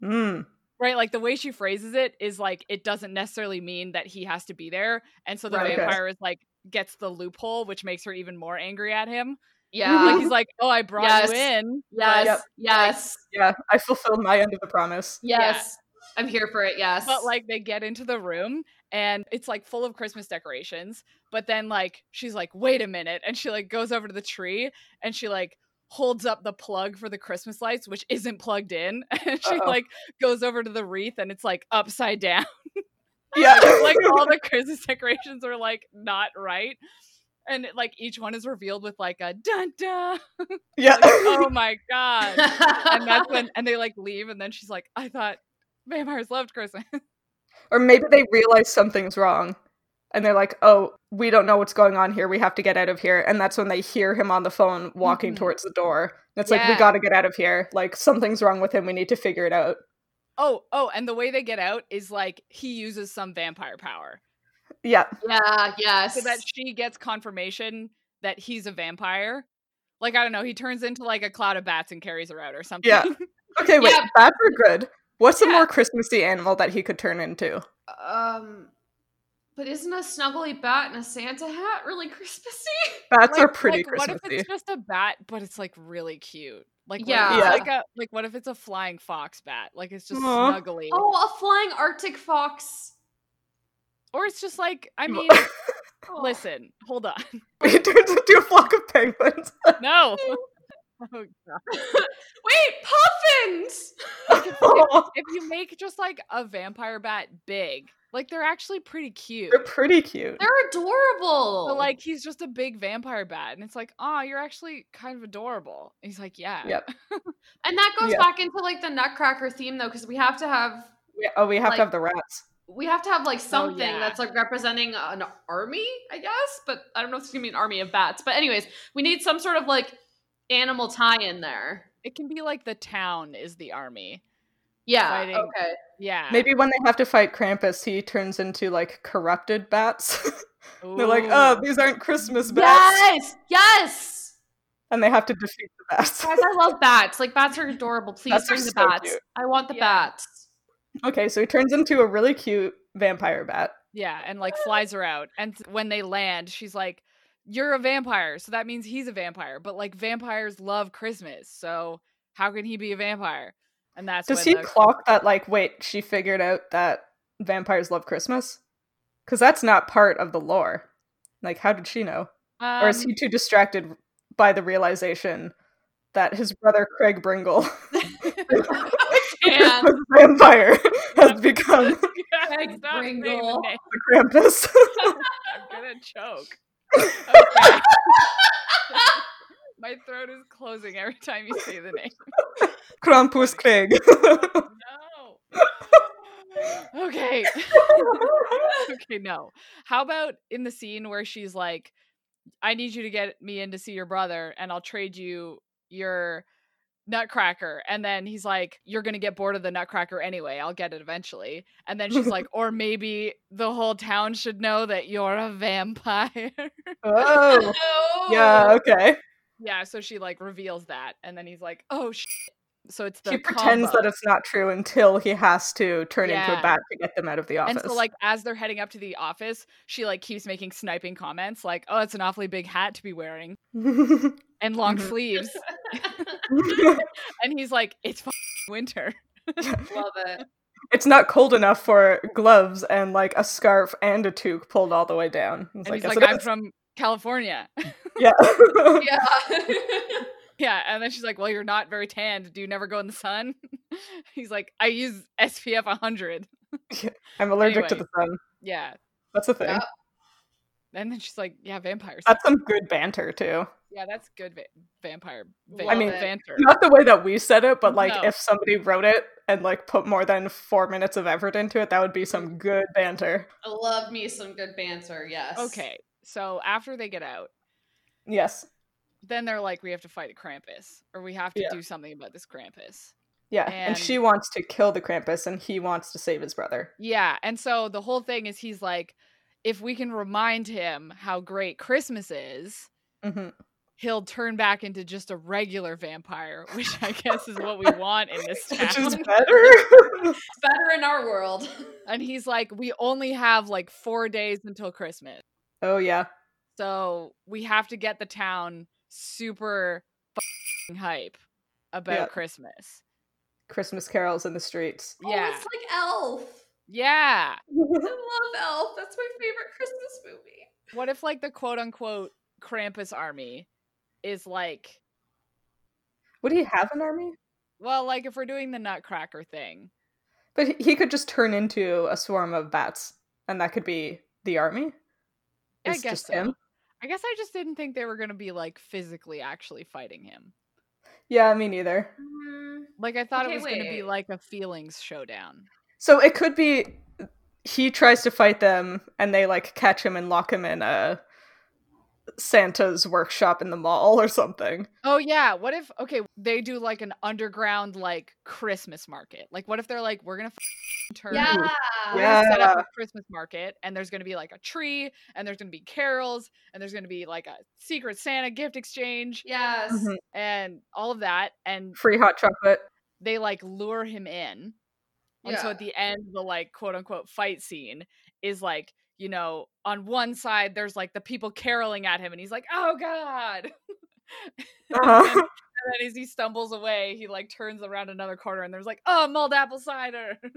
Speaker 2: Mm.
Speaker 1: Right? Like the way she phrases it is like it doesn't necessarily mean that he has to be there. And so the
Speaker 4: Right.
Speaker 2: Okay.
Speaker 1: vampire is like gets the loophole, which makes her even more angry at him.
Speaker 4: Yeah.
Speaker 1: Like
Speaker 3: Uh-huh.
Speaker 1: he's like, Oh, I brought
Speaker 4: Yes.
Speaker 1: you in.
Speaker 4: yes.
Speaker 2: Yep.
Speaker 4: Yes.
Speaker 2: Yeah, I fulfilled my end of the
Speaker 1: *laughs*
Speaker 2: promise.
Speaker 4: Yes. I'm here for it. Yes. *laughs*
Speaker 1: But like they get into the room and it's like full of Christmas decorations. But then like she's like, wait a minute. And she like goes over to the tree and she like holds up the plug for the Christmas lights, which isn't plugged in. *laughs* And she
Speaker 2: Uh-oh.
Speaker 1: like goes over to the wreath and it's like upside down.
Speaker 2: Yeah, *laughs*
Speaker 1: like all the Christmas decorations are like not right. And it, like each one is revealed with like a dun dun.
Speaker 2: yeah.
Speaker 1: Like, oh my God. And
Speaker 4: and
Speaker 3: *laughs*
Speaker 1: that's when and they like leave and then she's like, I thought vampires loved Christmas.
Speaker 2: Or maybe they realize something's wrong, and they're like, "Oh, we don't know what's going on here. We have to get out of here." And that's when they hear him on the phone walking
Speaker 1: Mhm.
Speaker 2: towards the door. And it's like, "We
Speaker 4: Yeah.
Speaker 2: got to get out of here. Like something's wrong with him. We need to figure it out."
Speaker 1: *laughs* Oh, oh, and the way they get out is like he uses some vampire power.
Speaker 2: Yeah,
Speaker 4: yeah. Yes.
Speaker 1: So that she gets confirmation that he's a vampire. Like, I don't know, he turns into like a cloud of bats and carries her out or something.
Speaker 2: yeah. Okay, wait.
Speaker 4: Yeah.
Speaker 2: Bats are good. What's a
Speaker 1: Yeah.
Speaker 2: more Christmassy animal that he could turn into?
Speaker 4: um. But isn't a snuggly bat in a Santa hat really
Speaker 1: *laughs*
Speaker 4: Christmassy?
Speaker 1: Like-
Speaker 2: Bats are pretty
Speaker 1: like,
Speaker 2: Christmassy.
Speaker 1: What if it's just a bat, but it's like really cute? Like, what if
Speaker 4: Yeah.
Speaker 1: it's,
Speaker 2: Yeah.
Speaker 1: like, a, like, what if it's a flying fox bat? Like, it's just
Speaker 2: Aw.
Speaker 1: snuggly.
Speaker 4: Oh, a flying Arctic fox.
Speaker 1: Or it's just like, I
Speaker 2: *laughs*
Speaker 1: mean,
Speaker 4: Oh.
Speaker 1: listen, hold on. *laughs*
Speaker 2: he turns into a flock of penguins. *laughs*
Speaker 1: No. Oh, God.
Speaker 4: Wait, puffins.
Speaker 1: Like,
Speaker 2: *laughs*
Speaker 1: if,
Speaker 2: Oh,
Speaker 1: if- if you make just like a vampire bat big, like, they're actually pretty cute.
Speaker 2: They're pretty cute.
Speaker 4: They're adorable.
Speaker 1: But like he's just a big vampire bat, and it's like, oh, you're actually kind of adorable. And he's like, yeah,
Speaker 2: Yep.
Speaker 4: and that goes
Speaker 2: Yeah.
Speaker 4: back into like the Nutcracker theme though, because we have to have
Speaker 2: We- oh, we have
Speaker 4: like-
Speaker 2: to have the rats.
Speaker 4: we have to have like something
Speaker 1: Oh, yeah.
Speaker 4: that's like representing an army, I guess. But I don't know if it's gonna be an army of bats. But anyways, we need some sort of like animal tie in there.
Speaker 1: it can be like the town is the army.
Speaker 4: Yeah.
Speaker 1: Fighting.
Speaker 4: Okay.
Speaker 1: Yeah,
Speaker 2: Maybe when they have to fight Krampus, he turns into like corrupted bats. *laughs* They're like,
Speaker 1: Ooh.
Speaker 2: oh, these aren't Christmas bats.
Speaker 4: Yes. Yes.
Speaker 2: And they have to defeat the bats.
Speaker 4: Guys, I love bats. Like bats are adorable. Please
Speaker 2: Bats are
Speaker 4: bring the
Speaker 2: so
Speaker 4: bats.
Speaker 2: cute.
Speaker 4: I want the
Speaker 1: Yeah. *laughs*
Speaker 4: bats.
Speaker 2: *laughs* okay, so he turns into a really cute vampire bat.
Speaker 1: yeah, and
Speaker 2: *laughs*
Speaker 1: like flies her out. And th- when they land, she's like, "You're a vampire," so that means he's a vampire. But like vampires love Christmas, so how can he be a vampire? And that's
Speaker 2: Does
Speaker 1: when
Speaker 2: he
Speaker 1: the-
Speaker 2: clock that, like, wait, she figured out that vampires love Christmas? Because that's not part of the lore. Like, how did she know? or is
Speaker 1: Um,
Speaker 2: he too distracted by the realization that his brother Craig Bringle, *laughs*
Speaker 4: And
Speaker 2: the
Speaker 1: *laughs*
Speaker 2: vampire, has become the
Speaker 1: *laughs* Yeah,
Speaker 4: Craig
Speaker 1: stop saying the
Speaker 4: Bringle.
Speaker 1: name.
Speaker 2: Krampus? *laughs*
Speaker 1: I'm gonna choke.
Speaker 2: *laughs*
Speaker 1: Okay. *laughs* My throat is closing every time you say the name.
Speaker 2: *laughs* Krampus
Speaker 1: *laughs*
Speaker 2: Craig. *laughs*
Speaker 1: no. okay. okay, no. How about in the scene where she's like, I need you to get me in to see your brother and I'll trade you your nutcracker. And then he's like, You're going to get bored of the nutcracker anyway. I'll get it eventually. And then she's
Speaker 2: *laughs*
Speaker 1: like, Or maybe the whole town should know that you're a vampire. *laughs*
Speaker 2: oh.
Speaker 4: no.
Speaker 2: Yeah, okay.
Speaker 1: yeah. So she like reveals that. And then he's like, Oh, shit. So it's the
Speaker 2: He pretends
Speaker 1: combo.
Speaker 2: that it's not true until he has to turn into
Speaker 1: Yeah.
Speaker 2: a bat to get them out of the office.
Speaker 1: And so, like, as they're heading up to the office, she like keeps making sniping comments, like, "Oh, it's an awfully big hat to be wearing and long
Speaker 2: Mhm.
Speaker 1: sleeves,"
Speaker 4: *laughs*
Speaker 1: and he's like, "It's f-
Speaker 2: *laughs*
Speaker 1: winter." *laughs*
Speaker 4: Love it.
Speaker 2: *laughs* it's not cold enough for gloves and like a scarf and a toque pulled all the way down. It's
Speaker 1: And he's
Speaker 2: "Yes,
Speaker 1: like,
Speaker 2: it
Speaker 1: "I'm *laughs*
Speaker 2: is."
Speaker 1: from California."
Speaker 2: yeah.
Speaker 4: Yeah.
Speaker 1: *laughs* Yeah, and then she's like, "Well, you're not very tanned. Do you never go in the sun?" *laughs* He's like, "I use SPF 100."
Speaker 2: *laughs* I'm allergic to the sun.
Speaker 1: Yeah,
Speaker 2: That's a thing.
Speaker 3: Yeah.
Speaker 1: and then she's like, "Yeah, vampires.
Speaker 2: That's some good banter too.
Speaker 1: yeah, that's good va- vampire.
Speaker 3: Love
Speaker 1: I
Speaker 2: mean-
Speaker 1: mean, banter.
Speaker 2: Not the way that we said it, but like
Speaker 1: No.
Speaker 2: if somebody wrote it and like put more than four minutes of effort into it, that would be some good banter.
Speaker 4: I love me some good banter. Yes.
Speaker 1: Okay, so after they get out,
Speaker 2: Yes.
Speaker 1: then they're like, "We have to fight Krampus, or we have to
Speaker 2: Yeah.
Speaker 1: do something about this Krampus."
Speaker 2: Yeah. And,
Speaker 1: And-
Speaker 2: she wants to kill the Krampus and he wants to save his brother.
Speaker 1: Yeah. And so the whole thing is he's like, if we can remind him how great Christmas is,
Speaker 2: hmm
Speaker 1: he'll turn back into just a regular vampire, *laughs* which I guess is what we want in this
Speaker 2: *laughs* Which is
Speaker 1: town.
Speaker 2: better.
Speaker 4: It's better in our world.
Speaker 1: *laughs* And he's like, we only have like four days until Christmas.
Speaker 2: oh yeah.
Speaker 1: So we have to get the town super fing hype about
Speaker 2: Yeah.
Speaker 1: Christmas.
Speaker 2: Christmas carols in the streets.
Speaker 1: *laughs* Yeah.
Speaker 4: Oh, it's like Elf.
Speaker 1: Yeah.
Speaker 4: I love Elf. That's my favorite Christmas movie.
Speaker 1: What if like the quote unquote Krampus army is like,
Speaker 2: Would he have an army?
Speaker 1: well, like if we're doing the Nutcracker thing,
Speaker 2: But he- he could just turn into a swarm of bats, and that could be the army.
Speaker 1: I
Speaker 2: It's
Speaker 1: guess
Speaker 2: just
Speaker 1: so. I guess I just didn't think they were going to be like physically actually fighting him.
Speaker 2: Yeah, me neither.
Speaker 3: Mm-hmm.
Speaker 1: Like I thought
Speaker 4: Okay,
Speaker 1: it was going to be
Speaker 4: wait.
Speaker 1: like a feelings showdown.
Speaker 2: So it could be he tries to fight them, and they like catch him and lock him in a Santa's workshop in the mall or something.
Speaker 1: Oh yeah, what if okay, they do like an underground like Christmas market. Like what if they're like we're going to turn
Speaker 4: Yeah.
Speaker 1: we're
Speaker 2: Yeah.
Speaker 1: gonna set up a Christmas market, and there's gonna be like a tree, and there's gonna be carols, and there's gonna be like a secret Santa gift exchange,
Speaker 4: Yes.
Speaker 2: Mhm.
Speaker 1: Mm-hmm.
Speaker 3: *laughs*
Speaker 1: and all of that. And
Speaker 2: Free hot chocolate.
Speaker 1: they like lure him in. And so
Speaker 4: Yeah.
Speaker 1: at the end, the like quote unquote fight scene is like, you know, on one side there's like the people caroling at him and he's like, oh God. *laughs* and
Speaker 2: Uh-huh.
Speaker 1: then as he stumbles away, he like turns around another corner and there's like, oh, mulled apple cider. *laughs*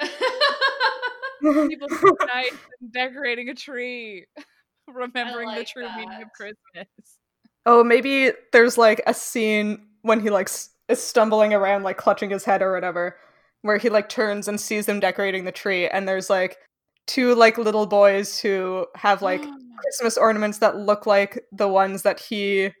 Speaker 2: Uh-huh. *laughs*
Speaker 1: people so *laughs* nice and decorating a tree, *laughs* remembering the
Speaker 4: like
Speaker 1: true meaning of
Speaker 4: that.
Speaker 1: Christmas.
Speaker 2: oh, maybe there's like a scene when he like s- is stumbling around, like clutching his head or whatever, where he like turns and sees them decorating the tree, and there's like two like little boys who have *gasps* like
Speaker 1: *gasps*
Speaker 2: Christmas ornaments that look like the ones that he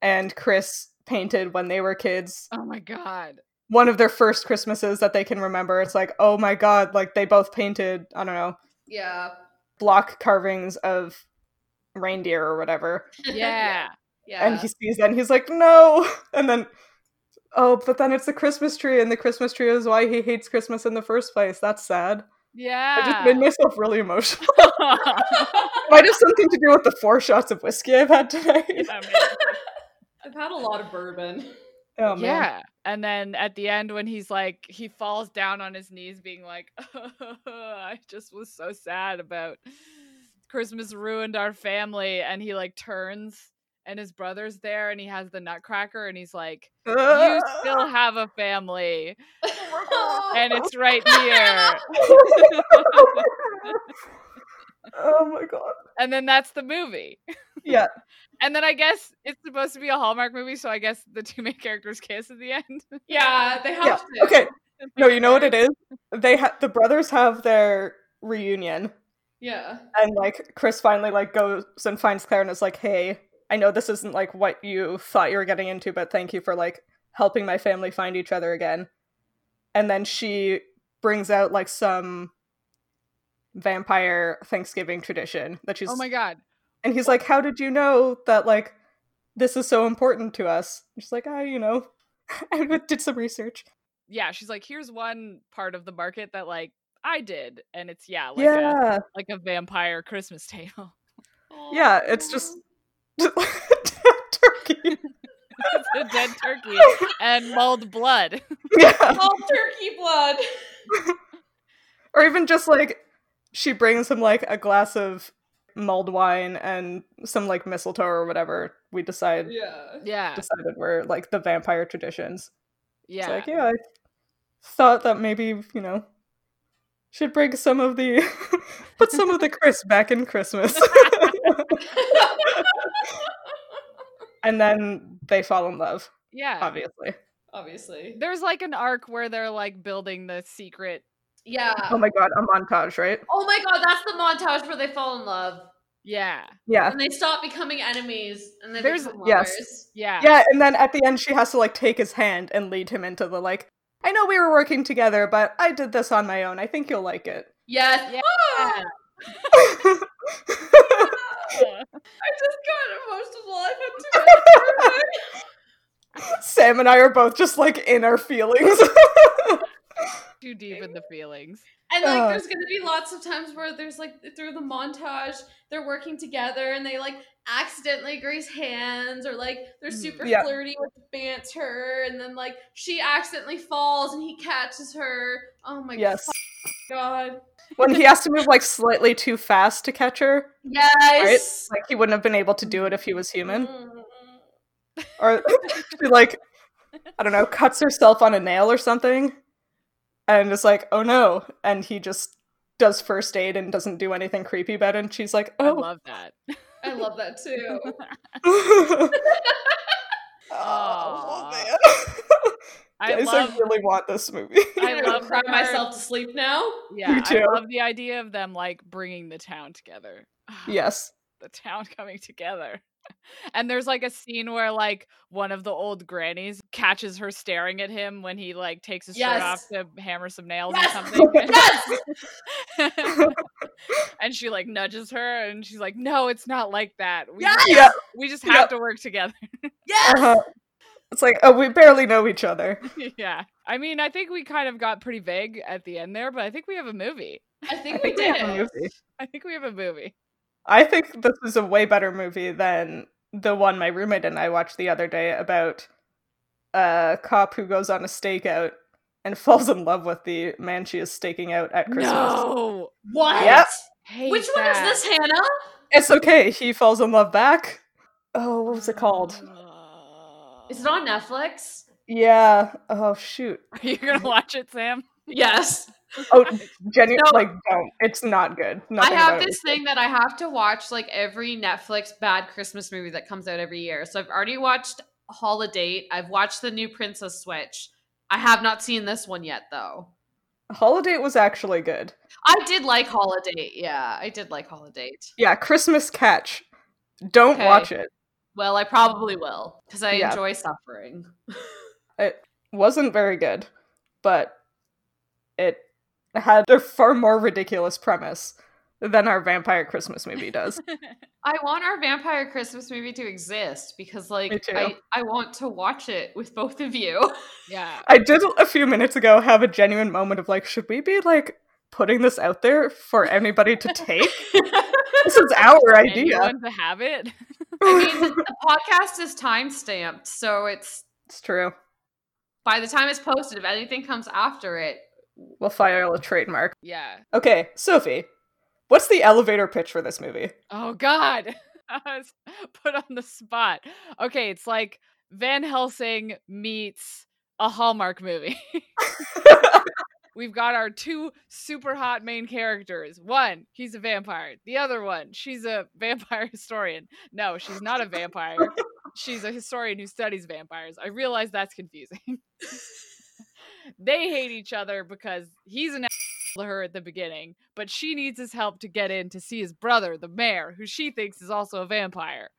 Speaker 2: and Chris painted when they were kids.
Speaker 1: oh my God.
Speaker 2: One of their first Christmases that they can remember. It's like, oh my god, like they both painted, I don't know,
Speaker 4: yeah.
Speaker 2: block carvings of reindeer or whatever.
Speaker 1: Yeah.
Speaker 4: Yeah.
Speaker 2: And he
Speaker 3: *laughs*
Speaker 2: sees that and he's like, no. *laughs* And then, oh, but then it's the Christmas tree, and the Christmas tree is why he hates Christmas in the first place. That's sad.
Speaker 1: Yeah.
Speaker 2: I just made myself really emotional. *laughs*
Speaker 1: *laughs* Yeah,
Speaker 2: Might have something to do with the four shots of whiskey I've had tonight.
Speaker 1: man.
Speaker 4: I've had a lot of bourbon.
Speaker 2: *laughs* Oh man.
Speaker 1: Yeah. And then at the end, when he's like, he falls down on his knees, being like, *laughs* I just was so sad about Christmas ruined our family. And he like turns and his brother's there and he has the nutcracker and he's like,
Speaker 2: *laughs*
Speaker 1: You still have a family *laughs*
Speaker 3: *laughs*
Speaker 1: and it's
Speaker 2: *laughs*
Speaker 1: right here.
Speaker 2: oh my god.
Speaker 1: And then that's the movie.
Speaker 2: Yeah.
Speaker 1: *laughs* And then I guess it's supposed to be a Hallmark movie. So I guess the two main characters kiss at the end. *laughs*
Speaker 4: yeah, they have to.
Speaker 2: Yeah. Okay. No, you know what it is? They ha- the brothers have their reunion
Speaker 4: Yeah.
Speaker 2: and like Chris finally like goes and finds Claire and is like, "Hey, I know this isn't like what you thought you were getting into, but thank you for like helping my family find each other again." And then she brings out like some vampire Thanksgiving tradition that she's
Speaker 1: Oh my God.
Speaker 2: And he's like, "How did you know that like this is so important to us?" And she's like, "Ah, you know, *laughs* I did some research."
Speaker 1: yeah, she's like, here's one part of the market that like I did, and it's yeah, like a
Speaker 2: yeah,
Speaker 1: like a vampire Christmas tale. *laughs*
Speaker 2: yeah, it's just *laughs* turkey. *laughs*
Speaker 1: It's a dead turkey and mulled blood. *laughs*
Speaker 2: Yeah,
Speaker 4: all turkey blood.
Speaker 2: or even just like she brings him like a glass of mulled wine and some like mistletoe or whatever. We decide
Speaker 4: Yeah.
Speaker 1: Yeah,
Speaker 2: decided were like the vampire traditions.
Speaker 1: yeah,
Speaker 2: It's like, yeah, I thought that maybe, you know, should bring some of the *laughs* put
Speaker 1: *laughs*
Speaker 2: some of the Chris back in Christmas. and then they fall in love,
Speaker 1: Yeah.
Speaker 2: obviously.
Speaker 3: *laughs* obviously.
Speaker 1: There's like an arc where they're like building the secret.
Speaker 3: Yeah.
Speaker 2: Oh my god, a montage, right?
Speaker 3: Oh my god, that's the montage where they fall in love
Speaker 1: Yeah.
Speaker 2: Yeah.
Speaker 3: and they stop becoming enemies and they
Speaker 1: There's-
Speaker 3: become
Speaker 2: yes.
Speaker 3: lovers.
Speaker 1: Yeah.
Speaker 2: Yeah, and then at the end she has to like take his hand and lead him into the like I know we were working together, but I did this on my own. I think you'll like it. *laughs*
Speaker 3: Yes.
Speaker 1: Yeah.
Speaker 3: Ah!
Speaker 2: *laughs*
Speaker 3: I just got emotional. I had to
Speaker 2: Sam and I are both just like in our feelings.
Speaker 1: Too deep in the feelings.
Speaker 3: And like,
Speaker 2: Ugh.
Speaker 3: there's gonna be lots of times where there's like through the montage, they're working together and they like accidentally grease hands or like they're
Speaker 1: Mhm.
Speaker 3: super
Speaker 2: Mm, Yeah.
Speaker 3: flirty with banter and then like she accidentally falls and he catches her. Oh my
Speaker 2: yes.
Speaker 3: god.
Speaker 2: When he has to move like slightly too fast to catch her,
Speaker 3: Yes.
Speaker 2: like he wouldn't have been able to do it if he was human.
Speaker 3: Mm.
Speaker 2: Or *laughs* she like I don't know, cuts herself on a nail or something and is like, oh no. And he just does first aid and doesn't do anything creepy about it. And she's like,
Speaker 1: I
Speaker 2: oh
Speaker 1: love
Speaker 2: *laughs*
Speaker 1: that.
Speaker 3: I love that too.
Speaker 2: oh,
Speaker 1: Aw.
Speaker 2: man. *laughs*
Speaker 1: I
Speaker 2: Guys,
Speaker 1: love.
Speaker 2: I really want this movie. *laughs*
Speaker 1: I love
Speaker 3: cry
Speaker 1: her.
Speaker 3: myself to sleep now.
Speaker 1: Yeah,
Speaker 2: too.
Speaker 1: I love the idea of them like bringing the town
Speaker 2: *sighs*
Speaker 1: together. Ah,
Speaker 2: yes.
Speaker 1: the town *laughs* coming together. And there's like a scene where like one of the old grannies catches her staring at him when he like takes his shirt off to hammer some nails
Speaker 3: Yes.
Speaker 1: or
Speaker 3: *laughs*
Speaker 1: something.
Speaker 3: Yes.
Speaker 1: *laughs* and she like nudges her and she's like, "No, it's not like that. We
Speaker 3: Yes.
Speaker 2: Yeah.
Speaker 1: we just
Speaker 2: Yep.
Speaker 1: have to work together." *laughs*
Speaker 3: *laughs* Yes.
Speaker 2: Uh-huh. It's like, oh, we barely know each other.
Speaker 1: yeah. I mean, I think we kind of got pretty vague at the end there, but I think we have a movie.
Speaker 3: I think
Speaker 2: I
Speaker 3: we
Speaker 2: think we
Speaker 3: did
Speaker 2: have a
Speaker 3: it.
Speaker 2: movie.
Speaker 1: I think we have a movie.
Speaker 2: I think this is a way better movie than the one my roommate and I watched the other day about a cop who goes on a stakeout and falls in love with the man she is staking out at Christmas.
Speaker 1: No.
Speaker 3: What?
Speaker 2: Yep.
Speaker 1: Hate
Speaker 3: Which one
Speaker 1: that.
Speaker 3: is this, Hannah?
Speaker 2: It's okay. He falls in love back. Oh, what was it called?
Speaker 3: Is it on Netflix?
Speaker 2: Yeah. Oh shoot.
Speaker 1: *laughs* Are you gonna watch it, Sam? *laughs*
Speaker 3: Yes.
Speaker 2: *laughs* Oh, Jenny,
Speaker 3: No.
Speaker 2: like don't. It's not good. Nothing
Speaker 3: I have
Speaker 2: about it
Speaker 3: this
Speaker 2: is good.
Speaker 3: thing that I have to watch like every Netflix bad Christmas movie that comes out every year. So I've already watched Holiday. I've watched the new Princess Switch. I have not seen this one yet though.
Speaker 2: Holiday was actually good.
Speaker 3: I did like Holiday. Yeah, I did like Holiday.
Speaker 2: Yeah, Christmas Catch. Don't
Speaker 3: Okay.
Speaker 2: watch it.
Speaker 3: Well, I probably will because I
Speaker 2: Yeah.
Speaker 3: enjoy suffering.
Speaker 2: It wasn't very good, but it had a far more ridiculous premise than our vampire Christmas movie
Speaker 3: *laughs*
Speaker 2: does.
Speaker 3: I want our vampire Christmas movie to exist because like
Speaker 2: Me too.
Speaker 3: I, I want to watch it with both
Speaker 2: *laughs*
Speaker 3: of you. *laughs*
Speaker 1: Yeah.
Speaker 2: I did a few minutes ago have a genuine moment of like, should we be like putting this out there for anybody to take?
Speaker 3: *laughs*
Speaker 2: this is our idea.
Speaker 1: Anyone to have it? *laughs*
Speaker 3: I mean, the podcast is time stamped, so it's
Speaker 2: *laughs* it's true.
Speaker 3: by the time it's posted, if anything comes after it,
Speaker 2: We'll file a trademark.
Speaker 1: Yeah.
Speaker 2: Okay, Sophie, what's the elevator pitch for this movie?
Speaker 1: Oh God. *laughs* I was Put on the spot. Okay, it's like Van Helsing meets a Hallmark movie. We've got our two super hot main characters. One, he's a vampire. The other one, she's a vampire *laughs* historian. No, she's not a vampire. she's a historian who studies vampires. I realize that's confusing. *laughs* they hate each other because he's an to her at the beginning, but she needs his help to get in to see his brother, the mayor, who she thinks is also a vampire.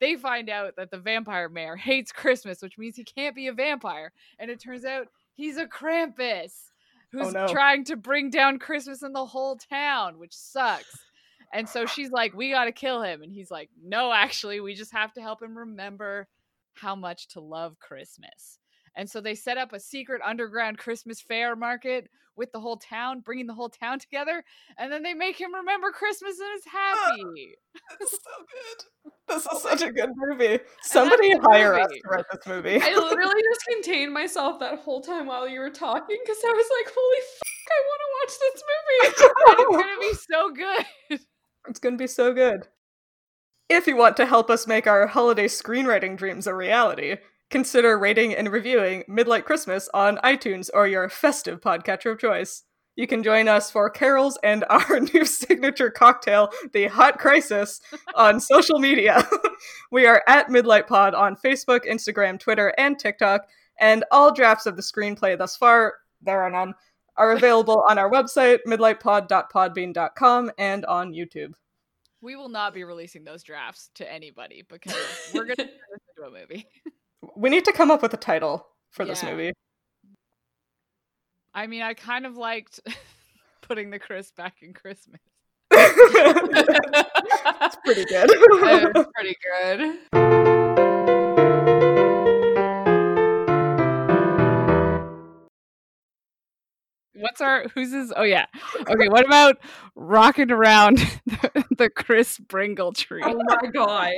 Speaker 1: They find out that the vampire mayor *laughs* hates Christmas, which means he can't be a vampire. And it turns out he's a Krampus who's
Speaker 2: no.
Speaker 1: trying to bring down Christmas in the whole town, which sucks. And so she's like, We got to kill him. And he's like, No, actually, we just have to help him remember how much to love Christmas. And so they set up a secret underground Christmas fair market with the whole town, bringing the whole town together, and then they make him remember Christmas and is happy.
Speaker 2: It's so good. This is such a good movie. Somebody
Speaker 1: the
Speaker 2: hire us
Speaker 1: movie.
Speaker 2: to write this *laughs* movie.
Speaker 3: I literally just contained myself that whole time while you were talking because I was like, holy fuck, I want to watch
Speaker 1: and
Speaker 3: this movie.
Speaker 1: it's gonna be so good.
Speaker 2: It's gonna be so good. If you want to help us make our holiday screenwriting dreams a reality, consider rating and reviewing Midlight Christmas on iTunes or your festive podcatcher of choice. you can join us for carols and *laughs* our new signature cocktail, the Hot Crisis, on social media. *laughs* we are at Midlight Pod on Facebook, Instagram, Twitter, and TikTok, and all drafts of the screenplay thus far, there are none, are available on our website, midlightpod.podbean.com, and on YouTube.
Speaker 1: We will not be releasing those drafts to anybody because we're going to
Speaker 3: *laughs*
Speaker 1: turn this into a movie.
Speaker 2: We need to come up with a title for this
Speaker 1: Yeah.
Speaker 2: movie.
Speaker 1: I mean, I kind of liked *laughs* putting the Chris back in Christmas.
Speaker 2: *laughs*
Speaker 1: *laughs*
Speaker 2: it's pretty
Speaker 4: That
Speaker 1: *laughs*
Speaker 2: *laughs* good.
Speaker 4: was pretty good.
Speaker 1: What's our who's his? Oh yeah, okay. What about rocking *laughs* Oh around the, the Chris Bringle tree?
Speaker 3: Oh my god.